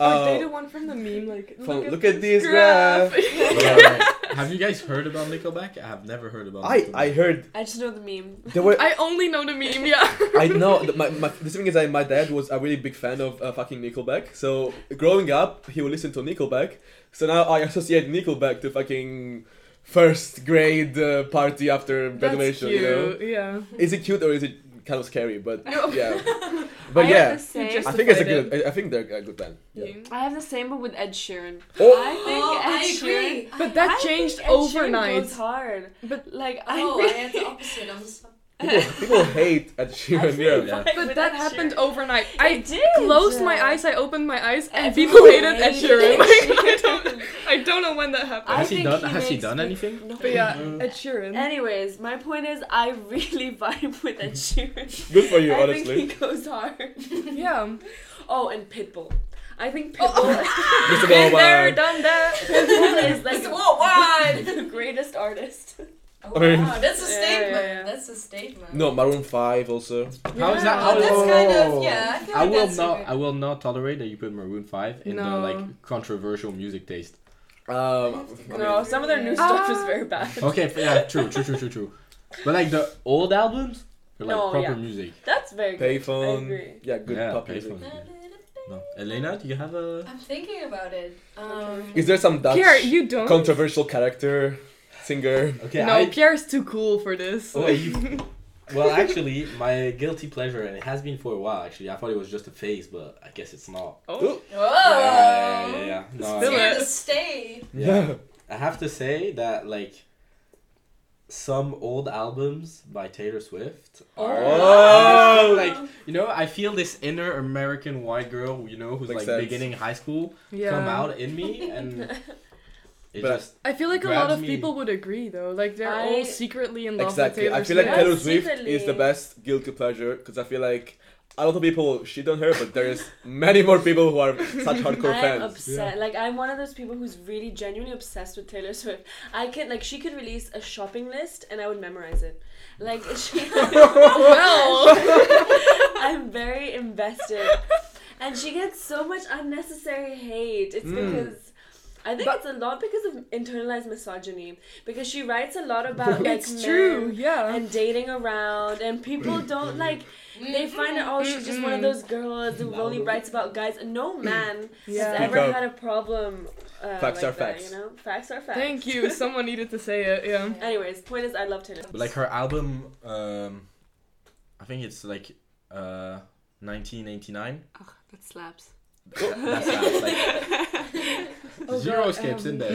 Speaker 5: Are
Speaker 4: Uh,
Speaker 5: they the one from the meme? Like,
Speaker 4: from-
Speaker 5: look, at
Speaker 4: look at this
Speaker 5: graph.
Speaker 3: uh, have you guys heard about Nickelback? I have never heard about.
Speaker 4: I
Speaker 3: Nickelback.
Speaker 4: I heard
Speaker 6: I just know the meme.
Speaker 4: there were
Speaker 5: I only know the meme. Yeah.
Speaker 4: I know. th- My, my, the thing is, I, my dad was a really big fan of uh, fucking Nickelback. So growing up, he would listen to Nickelback. So now I associate Nickelback to fucking first grade uh, party after graduation. You know,
Speaker 5: Yeah.
Speaker 4: is it cute or is it kind of scary? But
Speaker 5: No.
Speaker 4: yeah, but yeah,
Speaker 6: Same.
Speaker 4: I think it's a good. I, I think they're a good band. Yeah.
Speaker 5: Yeah.
Speaker 6: I have the same, but with Ed Sheeran.
Speaker 4: Oh,
Speaker 6: I think
Speaker 2: Oh,
Speaker 6: Ed
Speaker 2: I
Speaker 6: Sheeran.
Speaker 2: agree.
Speaker 5: But that
Speaker 6: I
Speaker 5: changed
Speaker 6: think Ed Sheeran
Speaker 5: overnight.
Speaker 6: goes hard, but like I.
Speaker 2: Oh, I
Speaker 6: really-
Speaker 2: had the opposite. I'm so
Speaker 4: people, people hate Ed Sheeran. Yeah.
Speaker 3: Yeah.
Speaker 6: Like,
Speaker 5: But
Speaker 6: with
Speaker 5: that
Speaker 6: Ed
Speaker 5: happened
Speaker 6: Sheeran.
Speaker 5: overnight. I
Speaker 6: did.
Speaker 5: closed my eyes, I opened my eyes, and
Speaker 6: Everyone
Speaker 5: people hated Ed
Speaker 6: hated
Speaker 5: Sheeran.
Speaker 6: Ed
Speaker 5: Like, I,
Speaker 6: Sheeran.
Speaker 5: don't, I don't know when that happened.
Speaker 6: I
Speaker 3: Has he
Speaker 6: think
Speaker 3: done- has he
Speaker 6: makes
Speaker 3: done
Speaker 6: me-
Speaker 3: anything?
Speaker 6: No.
Speaker 5: But yeah,
Speaker 4: Mm-hmm.
Speaker 5: Ed Sheeran.
Speaker 6: Anyways, my point is, I really vibe with Ed Sheeran.
Speaker 4: Good for you,
Speaker 6: I
Speaker 4: honestly.
Speaker 6: think he goes hard.
Speaker 5: Yeah.
Speaker 6: Oh, and Pitbull. I think Pitbull,
Speaker 4: Mr.
Speaker 5: Been
Speaker 4: Bob,
Speaker 5: there,
Speaker 4: uh,
Speaker 5: done that.
Speaker 6: Pitbull is like
Speaker 2: It's worldwide.
Speaker 6: the greatest artist.
Speaker 2: Oh,
Speaker 4: I mean-
Speaker 2: wow, that's a
Speaker 6: Yeah, yeah,
Speaker 2: statement.
Speaker 6: yeah.
Speaker 2: That's a statement.
Speaker 4: No, Maroon Five also.
Speaker 3: How is that?
Speaker 6: Yeah.
Speaker 3: How
Speaker 2: Oh,
Speaker 3: is-
Speaker 2: that's kind
Speaker 3: Oh.
Speaker 2: of yeah. I, feel
Speaker 3: I
Speaker 2: like
Speaker 3: will
Speaker 2: that's a
Speaker 3: not.
Speaker 2: good-
Speaker 3: I will not tolerate that you put Maroon Five in the
Speaker 5: No.
Speaker 3: like controversial music taste.
Speaker 4: Um, I mean,
Speaker 6: No, some of their new stuff
Speaker 5: Ah.
Speaker 6: is very bad.
Speaker 3: Okay, f- yeah, true, true, true, true, true. But like the old albums, they're like
Speaker 6: No,
Speaker 3: proper
Speaker 6: yeah.
Speaker 3: music.
Speaker 6: That's very good. I agree.
Speaker 4: Payphone. Yeah, good
Speaker 3: yeah,
Speaker 4: pop music.
Speaker 3: Payphone. No. Elena, do you have a?
Speaker 2: I'm thinking about it. Um,
Speaker 4: Is there some Dutch
Speaker 5: Pierre, you don't.
Speaker 4: controversial character, singer?
Speaker 3: Okay.
Speaker 5: no,
Speaker 3: I-
Speaker 5: Pierre's too cool for this.
Speaker 3: Oh, wait, you. Well, actually, my guilty pleasure, and it has been for a while. Actually, I thought it was just a phase, but I guess it's not.
Speaker 5: Oh.
Speaker 2: whoa!
Speaker 3: Yeah, yeah, yeah, yeah. No,
Speaker 5: Spill
Speaker 3: I-
Speaker 5: it.
Speaker 2: Here to stay.
Speaker 3: Yeah. I have to say that like some old albums by Taylor Swift are
Speaker 4: Oh.
Speaker 3: like you know I feel this inner American white girl you know who's
Speaker 4: Makes
Speaker 3: like
Speaker 4: sense.
Speaker 3: beginning high school
Speaker 5: Yeah.
Speaker 3: come out in me and it
Speaker 4: But-
Speaker 3: just
Speaker 5: I feel like a
Speaker 3: Grabs
Speaker 5: lot of
Speaker 3: me.
Speaker 5: people would agree though. Like they're
Speaker 6: I-
Speaker 5: all secretly in love
Speaker 4: Exactly.
Speaker 5: with Taylor
Speaker 4: I feel like
Speaker 5: Swift.
Speaker 4: Taylor
Speaker 9: Yes,
Speaker 4: Swift is
Speaker 9: secretly.
Speaker 4: the best guilty pleasure because I feel like a lot of people shit on her, but there's many more people who are such hardcore
Speaker 9: I'm
Speaker 4: fans.
Speaker 9: upset. Like I'm one of those people who's really genuinely obsessed with Taylor Swift. I can like she could release a shopping list and I would memorize it. Like she I'm very invested. And she gets so much unnecessary hate.
Speaker 5: Hmm.
Speaker 9: It's because I think it's a lot because of internalized misogyny. Because she writes a lot about like
Speaker 5: it's
Speaker 9: men
Speaker 5: true. Yeah.
Speaker 9: and dating around and people don't like they
Speaker 2: Mm-hmm.
Speaker 9: find out oh she's just one
Speaker 5: Mm-hmm.
Speaker 9: of those girls who only writes about guys no man
Speaker 5: Yeah.
Speaker 9: has ever
Speaker 4: Because-
Speaker 9: had a problem uh,
Speaker 4: Facts
Speaker 9: like
Speaker 4: are
Speaker 9: that,
Speaker 4: facts.
Speaker 9: you know facts are facts
Speaker 5: Thank you. Someone needed to say it. Yeah.
Speaker 9: anyways point is I love Taylor
Speaker 3: but like her album um I think it's like uh 1989
Speaker 6: Ugh, that slaps.
Speaker 3: That- that sounds like
Speaker 6: Oh,
Speaker 3: zero skips in there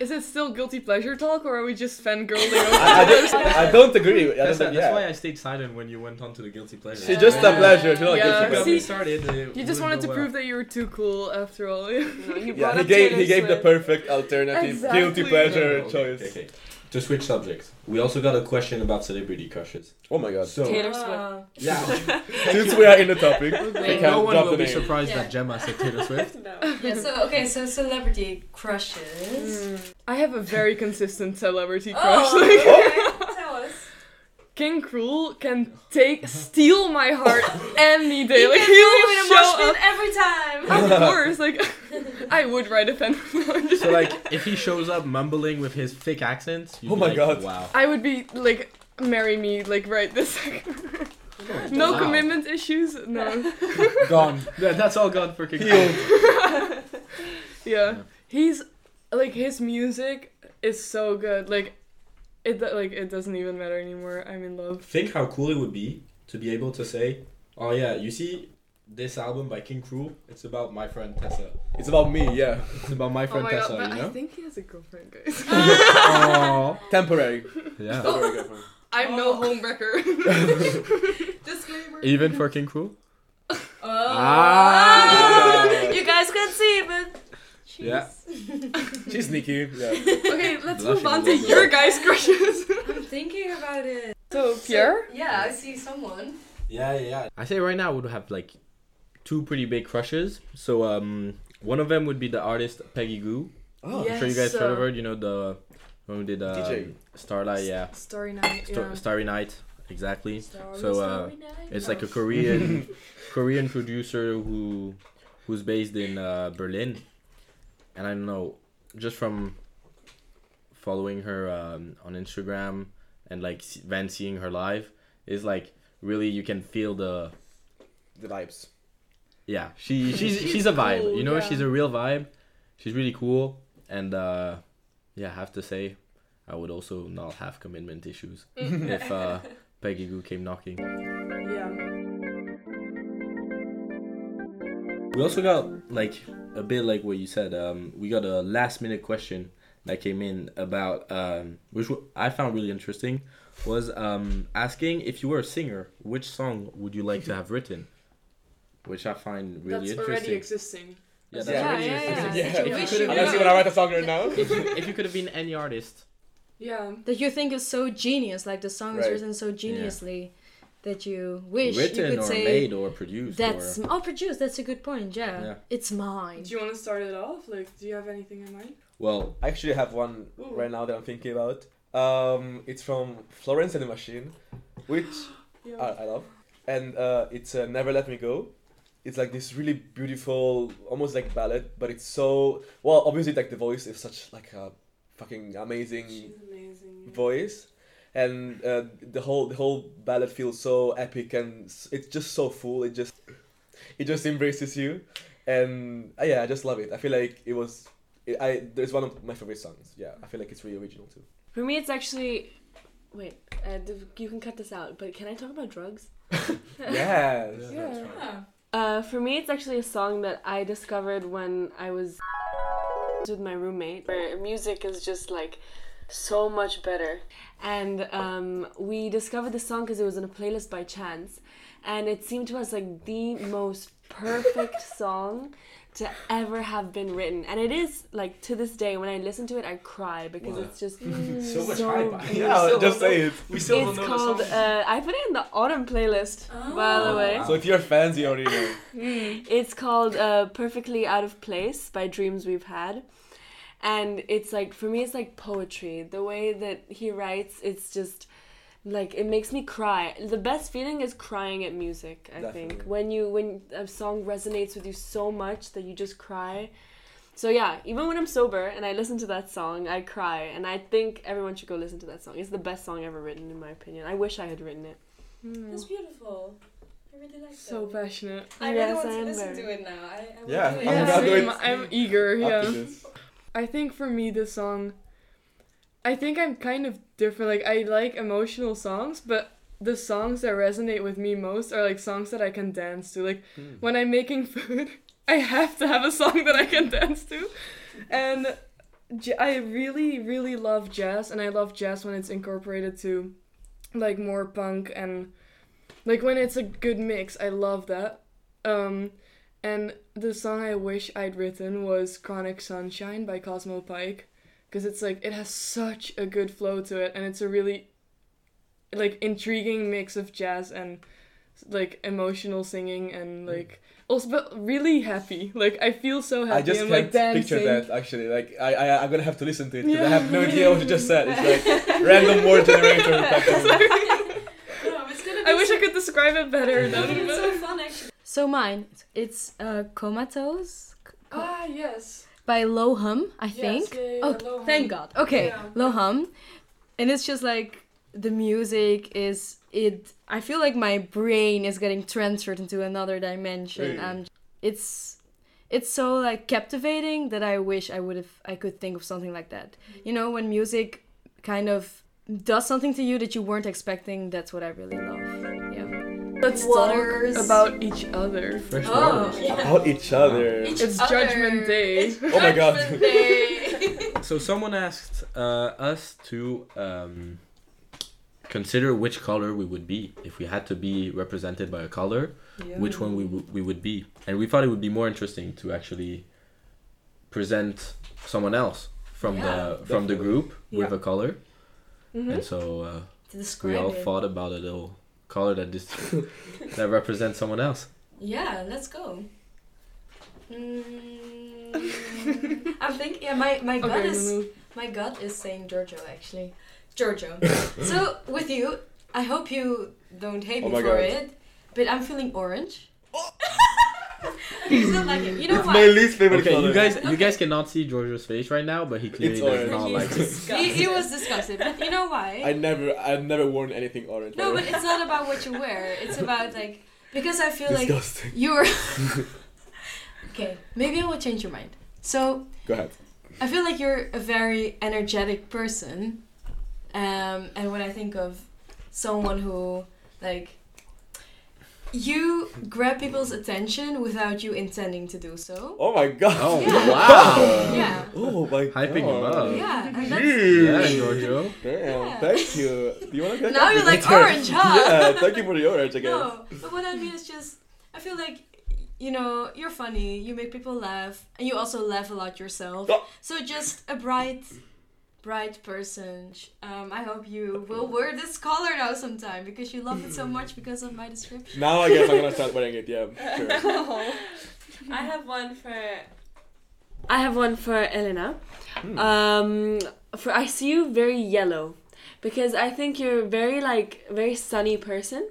Speaker 5: Is it still guilty pleasure talk or are we just fangirling over
Speaker 4: I, I
Speaker 5: Taylor
Speaker 4: don't, I don't agree. I don't,
Speaker 3: that's, that's
Speaker 4: yeah.
Speaker 3: why I stayed silent when you went on to the guilty pleasure
Speaker 4: She's just a
Speaker 9: Yeah.
Speaker 4: pleasure. She's not
Speaker 5: Yeah,
Speaker 4: a guilty
Speaker 5: see,
Speaker 4: pleasure.
Speaker 3: we started it
Speaker 5: You just
Speaker 3: wouldn't
Speaker 5: wanted
Speaker 3: go
Speaker 5: to
Speaker 3: well.
Speaker 5: prove that you were too cool after all.
Speaker 6: No, you brought
Speaker 4: Yeah, he
Speaker 6: up
Speaker 4: gave
Speaker 6: Taylor
Speaker 4: he gave the
Speaker 6: Swift.
Speaker 4: perfect alternative
Speaker 5: Exactly.
Speaker 4: guilty pleasure
Speaker 3: Okay,
Speaker 4: choice.
Speaker 3: okay, okay. To switch subjects, we also got a question about celebrity crushes.
Speaker 4: Oh my god!
Speaker 3: So
Speaker 6: Taylor Swift.
Speaker 9: Ah.
Speaker 2: Wow.
Speaker 3: yeah,
Speaker 4: Since we are in the topic, we
Speaker 3: like,
Speaker 4: can
Speaker 3: no one
Speaker 4: drop
Speaker 3: will
Speaker 4: the
Speaker 3: be
Speaker 4: name.
Speaker 3: surprised
Speaker 2: Yeah.
Speaker 3: that Gemma said Taylor Swift.
Speaker 9: no
Speaker 2: yeah, so okay, so celebrity crushes.
Speaker 5: I have a very consistent celebrity crush.
Speaker 2: Oh,
Speaker 5: Like,
Speaker 2: okay. Tell us.
Speaker 5: King Cruel can take steal my heart any day. Like he will show
Speaker 2: emotion
Speaker 5: up.
Speaker 2: every time.
Speaker 5: Of course, like I would write a fan.
Speaker 3: So like, if he shows up mumbling with his thick accent, you'd
Speaker 4: Oh
Speaker 3: be
Speaker 4: my
Speaker 3: like,
Speaker 4: God.
Speaker 3: wow,
Speaker 5: I would be like, marry me, like right this second. no
Speaker 3: Wow.
Speaker 5: commitment issues. No.
Speaker 3: gone. Yeah, that's all gone for King. Kong.
Speaker 5: Yeah. He's like his music is so good. Like it do- like it doesn't even matter anymore. I'm in love.
Speaker 3: Think how cool it would be to be able to say, oh yeah, you see. This album by King Cruel, it's about my friend Tessa.
Speaker 4: It's about me. Yeah,
Speaker 3: It's about Oh my friend Tessa,
Speaker 5: Oh but
Speaker 3: you know?
Speaker 5: I think he has a girlfriend, guys.
Speaker 3: Aw.
Speaker 4: temporary.
Speaker 3: yeah.
Speaker 4: Temporary girlfriend.
Speaker 5: I'm no homewrecker.
Speaker 2: Disclaimer.
Speaker 3: Even for King Cruel?
Speaker 2: Oh.
Speaker 4: Ah.
Speaker 9: you guys can see but
Speaker 3: Yeah.
Speaker 4: She's sneaky. Yeah.
Speaker 5: okay, let's
Speaker 3: Blushing
Speaker 5: move on
Speaker 3: a
Speaker 5: to
Speaker 3: little bit.
Speaker 5: your guys' crushes.
Speaker 2: I'm thinking about it.
Speaker 5: so Pierre,
Speaker 2: Yeah, I see someone.
Speaker 3: Yeah, yeah, yeah. I say right now I would have like two pretty big crushes. So um, one of them would be the artist Peggy Goo.
Speaker 4: Oh,
Speaker 3: I'm sure you
Speaker 5: Yes,
Speaker 3: guys heard of
Speaker 5: uh,
Speaker 3: her. You know the one who did um,
Speaker 4: DJ.
Speaker 3: Starlight, yeah,
Speaker 5: Story night.
Speaker 3: Star-
Speaker 5: yeah.
Speaker 3: Starry Night, exactly. So uh, it's like a
Speaker 5: No.
Speaker 3: Korean Korean producer who who's based in uh, Berlin, and I don't know just from following her um, on Instagram and like s- then seeing her live is like really you can feel the
Speaker 4: The vibes.
Speaker 3: yeah she she's
Speaker 5: She's
Speaker 3: she's a vibe
Speaker 5: cool,
Speaker 3: you know
Speaker 5: yeah.
Speaker 3: she's a real vibe she's really cool and uh yeah i have to say i would also not have commitment issues if uh peggy goo came knocking
Speaker 6: Yeah.
Speaker 3: we also got like a bit like what you said um we got a last minute question that came in about um which wa- i found really interesting was um asking if you were a singer which song would you like to have written which i find really
Speaker 5: That's
Speaker 3: interesting
Speaker 5: already existing.
Speaker 3: yeah, that's
Speaker 4: Yeah,
Speaker 3: already
Speaker 6: yeah,
Speaker 3: existing.
Speaker 6: yeah.
Speaker 4: Yeah.
Speaker 5: If you
Speaker 4: Unless
Speaker 5: could've
Speaker 4: you
Speaker 5: been-
Speaker 4: want to write a song right now.
Speaker 3: if you, if you could have been any artist,
Speaker 5: Yeah.
Speaker 1: That you think is so genius, like the song is
Speaker 4: Right.
Speaker 1: written so geniusly that you wish you
Speaker 3: written
Speaker 1: could
Speaker 3: or
Speaker 1: say
Speaker 3: made or produced,
Speaker 1: that's
Speaker 3: or
Speaker 1: oh produced. That's a good point. Yeah,
Speaker 3: Yeah.
Speaker 1: it's mine.
Speaker 5: Do you want to start it off? Like, do you have anything in mind?
Speaker 3: well,
Speaker 4: I actually have one
Speaker 5: Ooh.
Speaker 4: right now that I'm thinking about. Um, it's from Florence and the Machine, which
Speaker 5: Yeah.
Speaker 3: Uh,
Speaker 4: I, I love, and uh, it's uh, "Never Let Me Go." It's like this really beautiful, almost like ballad, but it's so well. Obviously, like the voice is such like a fucking amazing
Speaker 5: She's amazing.
Speaker 4: voice, and uh, the whole the whole ballad feels so epic and s- it's just so full. It just it just embraces you, and uh, yeah, I just love it. I feel like it was. It, I there's one of my favorite songs. Yeah, I feel like it's really original too.
Speaker 6: For me, it's actually. Wait, uh, th- you can cut this out, but can I talk about drugs?
Speaker 4: Yes.
Speaker 5: Yeah.
Speaker 6: Uh, for me, it's actually a song that I discovered when I was with my roommate, where music is just like so much better. And um, we discovered the song because it was in a playlist by chance, and it seemed to us like the most perfect song to ever have been written. And it is like to this day, when I listen to it, I cry because
Speaker 11: Wow.
Speaker 6: it's just
Speaker 11: So much
Speaker 6: so
Speaker 11: hype. behind it.
Speaker 4: Yeah,
Speaker 11: We still
Speaker 4: just
Speaker 11: don't
Speaker 4: say
Speaker 11: know-
Speaker 4: it.
Speaker 11: We still don't
Speaker 6: It's
Speaker 11: know the
Speaker 6: called.
Speaker 11: song.
Speaker 6: Uh, I put it in the autumn playlist, by the way.
Speaker 4: So if you're fans, you already know.
Speaker 6: It's called uh, Perfectly Out of Place by Dreams We've Had. And it's like, for me, it's like poetry. The way that he writes, it's just like it makes me cry the best feeling is crying at music i think
Speaker 4: Definitely.
Speaker 6: when you when a song resonates with you so much that you just cry so yeah even when i'm sober and i listen to that song i cry and i think everyone should go listen to that song it's the best song ever written in my opinion i wish i had written it
Speaker 3: Mm.
Speaker 2: That's beautiful. I really like
Speaker 5: Hmm. So
Speaker 2: that.
Speaker 5: passionate.
Speaker 2: I really
Speaker 6: Yes,
Speaker 2: want
Speaker 6: I
Speaker 2: to
Speaker 6: am
Speaker 2: listen
Speaker 6: very-
Speaker 2: to it now. I, I will
Speaker 4: Yeah.
Speaker 2: do it.
Speaker 4: Oh my
Speaker 5: Yeah,
Speaker 4: God, do
Speaker 5: same.
Speaker 4: it.
Speaker 5: I'm eager.
Speaker 4: After
Speaker 5: Yeah.
Speaker 4: this.
Speaker 5: I think for me, this song. I think I'm kind of different. Like I like emotional songs, but the songs that resonate with me most are like songs that I can dance to. Like when I'm making food, I have to have a song that I can dance to, and j- I really, really love jazz, and I love jazz when it's incorporated to, like more punk and, like when it's a good mix. I love that. Um, and the song I wish I'd written was Chronic Sunshine by Cosmo Pike because it's like it has such a good flow to it and it's a really like intriguing mix of jazz and like emotional singing and like also but really happy. Like I feel so
Speaker 4: Mm.
Speaker 5: happy.
Speaker 4: I just
Speaker 5: I'm,
Speaker 4: can't
Speaker 5: like, dancing.
Speaker 4: picture that actually. Like I, I, I'm gonna have to listen to it because I
Speaker 5: Yeah.
Speaker 4: have no idea what you just said. It's like random word generator. type of-
Speaker 2: No, it's gonna be
Speaker 5: I wish
Speaker 2: so-
Speaker 5: I could describe it better. That
Speaker 2: It's
Speaker 5: would
Speaker 2: so fun actually.
Speaker 1: So mine, it's uh, Comatose
Speaker 5: ah yes.
Speaker 1: by Low Hum, I think. Oh, Thank God. Okay,
Speaker 2: Yeah.
Speaker 1: Low Hum. And it's just like the music is it I feel like my brain is getting transferred into another dimension
Speaker 4: Really?
Speaker 1: and it's it's so like captivating that I wish I would have I could think of something like that. You know, when music kind of does something to you that you weren't expecting, that's what I really love. Yeah.
Speaker 5: Let's
Speaker 2: Waters.
Speaker 5: talk about each other.
Speaker 12: Fresh
Speaker 2: Oh,
Speaker 12: water.
Speaker 2: yeah.
Speaker 4: About each other.
Speaker 2: Each
Speaker 5: It's
Speaker 2: other.
Speaker 5: Judgment Day.
Speaker 2: It's
Speaker 4: Oh my God.
Speaker 2: Judgment Day.
Speaker 3: So someone asked uh, us to um, consider which color we would be if we had to be represented by a color, which one we w- we would be, and we thought it would be more interesting to actually present someone else from
Speaker 2: Yeah,
Speaker 3: the from the
Speaker 4: definitely.
Speaker 3: group with
Speaker 12: Yeah.
Speaker 3: a color,
Speaker 5: Mhm.
Speaker 3: and so uh,
Speaker 2: to
Speaker 3: we
Speaker 2: describe
Speaker 3: all
Speaker 2: it.
Speaker 3: thought about a little color that dis- that represents someone else.
Speaker 2: Yeah, let's go. Mm, I think yeah, my my gut
Speaker 5: Okay,
Speaker 2: is
Speaker 5: Lulu.
Speaker 2: my gut is saying Giorgio actually, Giorgio. so with you, I hope you don't hate
Speaker 4: Oh
Speaker 2: me
Speaker 4: my
Speaker 2: for
Speaker 4: God. Oh.
Speaker 2: it, but I'm feeling orange. I still like it. You know
Speaker 4: It's
Speaker 2: why?
Speaker 4: my least favorite
Speaker 3: Okay,
Speaker 4: color.
Speaker 3: you guys you guys cannot see Georgia's face right now, but he clearly does
Speaker 4: orange.
Speaker 3: not like it.
Speaker 2: He, he was disgusted, but you know why?
Speaker 4: I never, I've never worn anything orange.
Speaker 2: no,
Speaker 4: ever.
Speaker 2: but it's not about what you wear. It's about like because I feel like
Speaker 4: disgusting.
Speaker 2: you're okay. Maybe I will change your mind. So
Speaker 4: Go ahead.
Speaker 2: I feel like you're a very energetic person, um, and when I think of someone who like you grab people's attention without you intending to do so.
Speaker 4: Oh my god.
Speaker 3: Oh
Speaker 2: Yeah.
Speaker 3: wow!
Speaker 2: Yeah,
Speaker 4: Oh my god.
Speaker 3: Hyping him up.
Speaker 2: yeah, and that's,
Speaker 3: Yeah,
Speaker 4: Jeez.
Speaker 3: Giorgio.
Speaker 4: Damn,
Speaker 2: Yeah.
Speaker 4: thank you. Do you want to
Speaker 2: now you're like orange, huh?
Speaker 4: Yeah, thank you for the orange, I guess.
Speaker 2: No, but what I mean is just I feel like you know you're funny, you make people laugh, and you also laugh a lot yourself.
Speaker 4: Oh.
Speaker 2: So just a bright, bright person. Um, I hope you will wear this collar now sometime because you love it so much because of my description.
Speaker 4: Now I guess I'm gonna start wearing it, yeah. Sure.
Speaker 6: I have one for. I have one for Elena. Um, for I see you very yellow, because I think you're very like very sunny person,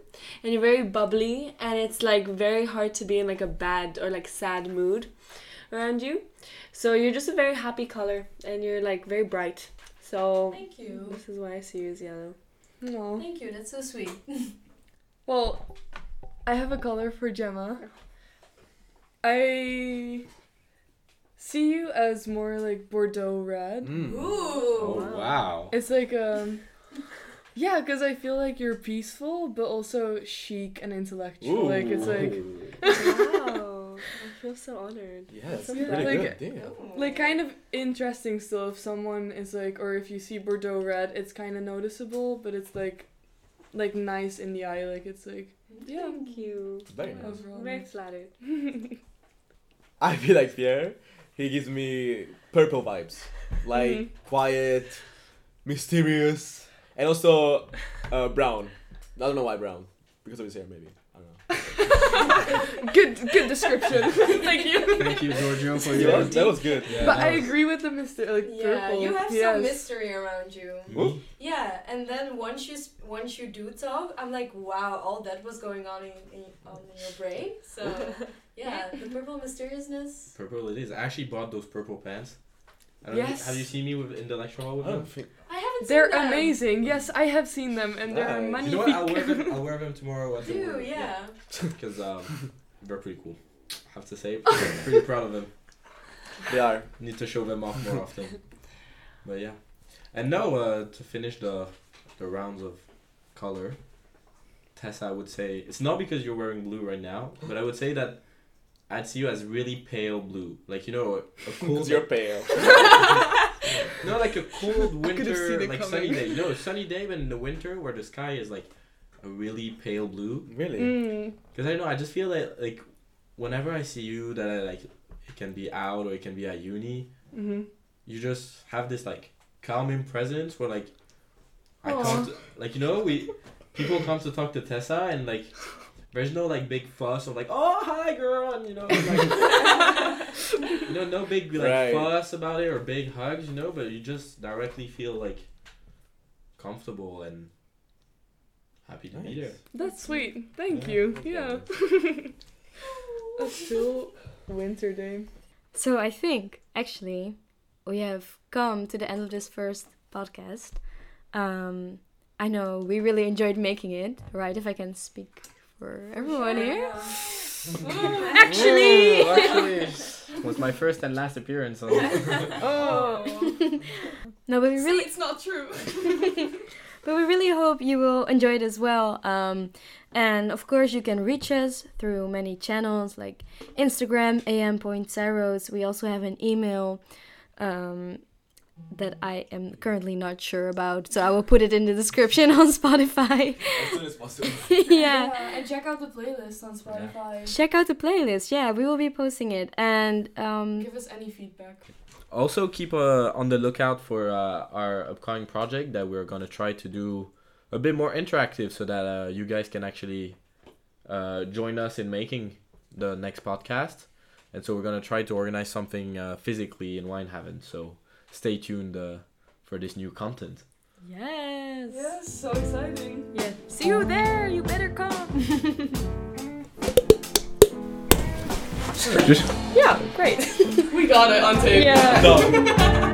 Speaker 6: and you're very bubbly, and it's like very hard to be in like a bad or like sad mood around you. So you're just a very happy color, and you're like very bright. So
Speaker 2: Thank you,
Speaker 6: this is why I see you as yellow.
Speaker 5: No.
Speaker 2: thank you. That's so sweet.
Speaker 5: Well, I have a color for Gemma, I see you as more like Bordeaux red.
Speaker 3: Hmm.
Speaker 9: Ooh.
Speaker 8: Oh wow.
Speaker 5: It's like um yeah, cuz I feel like you're peaceful but also chic and intellectual. Like it's like
Speaker 9: Wow. I feel so honored.
Speaker 4: Yeah, that's
Speaker 5: Yeah,
Speaker 4: pretty good.
Speaker 5: like-
Speaker 4: Damn.
Speaker 5: like kind of interesting still if someone is like or if you see Bordeaux red, it's kind of noticeable, but it's like like nice in the eye like it's like yeah.
Speaker 9: Thank you.
Speaker 4: Very nice.
Speaker 5: Overall.
Speaker 9: I'm very
Speaker 5: nice.
Speaker 9: flattered.
Speaker 4: I feel like Pierre, he gives me purple vibes. Like
Speaker 5: Mhm.
Speaker 4: quiet, mysterious, and also uh, brown. I don't know why brown. Because of his hair, maybe. I don't know.
Speaker 5: good good description. Thank you.
Speaker 8: Thank you, Giorgio, for
Speaker 4: Yeah,
Speaker 8: your.
Speaker 4: that was good.
Speaker 8: Yeah,
Speaker 5: But
Speaker 8: that
Speaker 5: I
Speaker 8: was-
Speaker 5: agree with the Mr. like
Speaker 2: Yeah,
Speaker 5: purple.
Speaker 2: you have
Speaker 5: yes.
Speaker 2: some mystery around you.
Speaker 4: Ooh.
Speaker 2: Yeah, and then once you s- once you do talk, I'm like, wow, all that was going on in, in, on in your brain. So yeah, the purple mysteriousness.
Speaker 3: Purple it is. I actually bought those purple pants. I don't
Speaker 5: Yes.
Speaker 3: Know, have you seen me with in the lecture hall
Speaker 4: I
Speaker 3: with
Speaker 8: Oh.
Speaker 3: them?
Speaker 4: don't think.
Speaker 2: I haven't
Speaker 5: They're
Speaker 2: seen them.
Speaker 5: amazing. Yes, I have seen them, and they're
Speaker 4: Nice.
Speaker 3: You
Speaker 5: magnifique.
Speaker 3: know what? I'll wear them. I'll wear them tomorrow. At the
Speaker 2: Too,
Speaker 3: work,
Speaker 2: yeah.
Speaker 3: Because um, they're pretty cool. I have to say, I'm pretty proud of them.
Speaker 4: They are.
Speaker 3: Need to show them off more often. But yeah, and now uh, to finish the the rounds of color, Tessa, I would say it's not because you're wearing blue right now, but I would say that I'd see you as really pale blue, like you know, a cool.
Speaker 4: Because you're pale.
Speaker 3: No, like a cold
Speaker 5: could've
Speaker 3: winter,
Speaker 5: seen it
Speaker 3: like sunny
Speaker 5: coming.
Speaker 3: day. No, sunny day, but in the winter where the sky is like a really pale blue.
Speaker 4: really?
Speaker 5: Mm.
Speaker 3: Because I don't know, I just feel like like whenever I see you, that I like it can be out or it can be at uni.
Speaker 5: hmm
Speaker 3: You just have this like calming presence where like I
Speaker 5: Aw.
Speaker 3: come to, like you know we people come to talk to Tessa and like there's no like big fuss of like oh hi girl and you know like, you know no big like
Speaker 4: Right.
Speaker 3: fuss about it or big hugs you know but you just directly feel like comfortable and happy to be there.
Speaker 4: Nice.
Speaker 5: That's sweet. Thank
Speaker 3: Yeah,
Speaker 5: you.
Speaker 3: no
Speaker 5: Yeah. a chill winter day.
Speaker 1: So I think actually we have come to the end of this first podcast. Um, I know we really enjoyed making it, right? If I can speak for everyone here.
Speaker 8: Actually, actually, was my first and last appearance on.
Speaker 2: Oh.
Speaker 5: Oh.
Speaker 1: No, but we really
Speaker 5: it's not true.
Speaker 1: But we really hope you will enjoy it as well. Um, and of course, you can reach us through many channels like Instagram, am.zeros. We also have an email um, that I am currently not sure about. So I will put it in the description on Spotify.
Speaker 4: As soon as possible.
Speaker 1: yeah.
Speaker 2: and check out the playlist on Spotify.
Speaker 1: Check out the playlist. Yeah, we will be posting it. And um,
Speaker 2: Give us any feedback.
Speaker 3: Also, keep uh, on the lookout for uh, our upcoming project that we're gonna try to do a bit more interactive, so that uh, you guys can actually uh, join us in making the next podcast. And so we're gonna try to organize something uh, physically in Winehaven. So stay tuned uh, for this new content.
Speaker 1: yes.
Speaker 5: so exciting.
Speaker 1: Yeah. See you there. You better come.
Speaker 5: Yeah, great. we got it on tape.
Speaker 4: Done.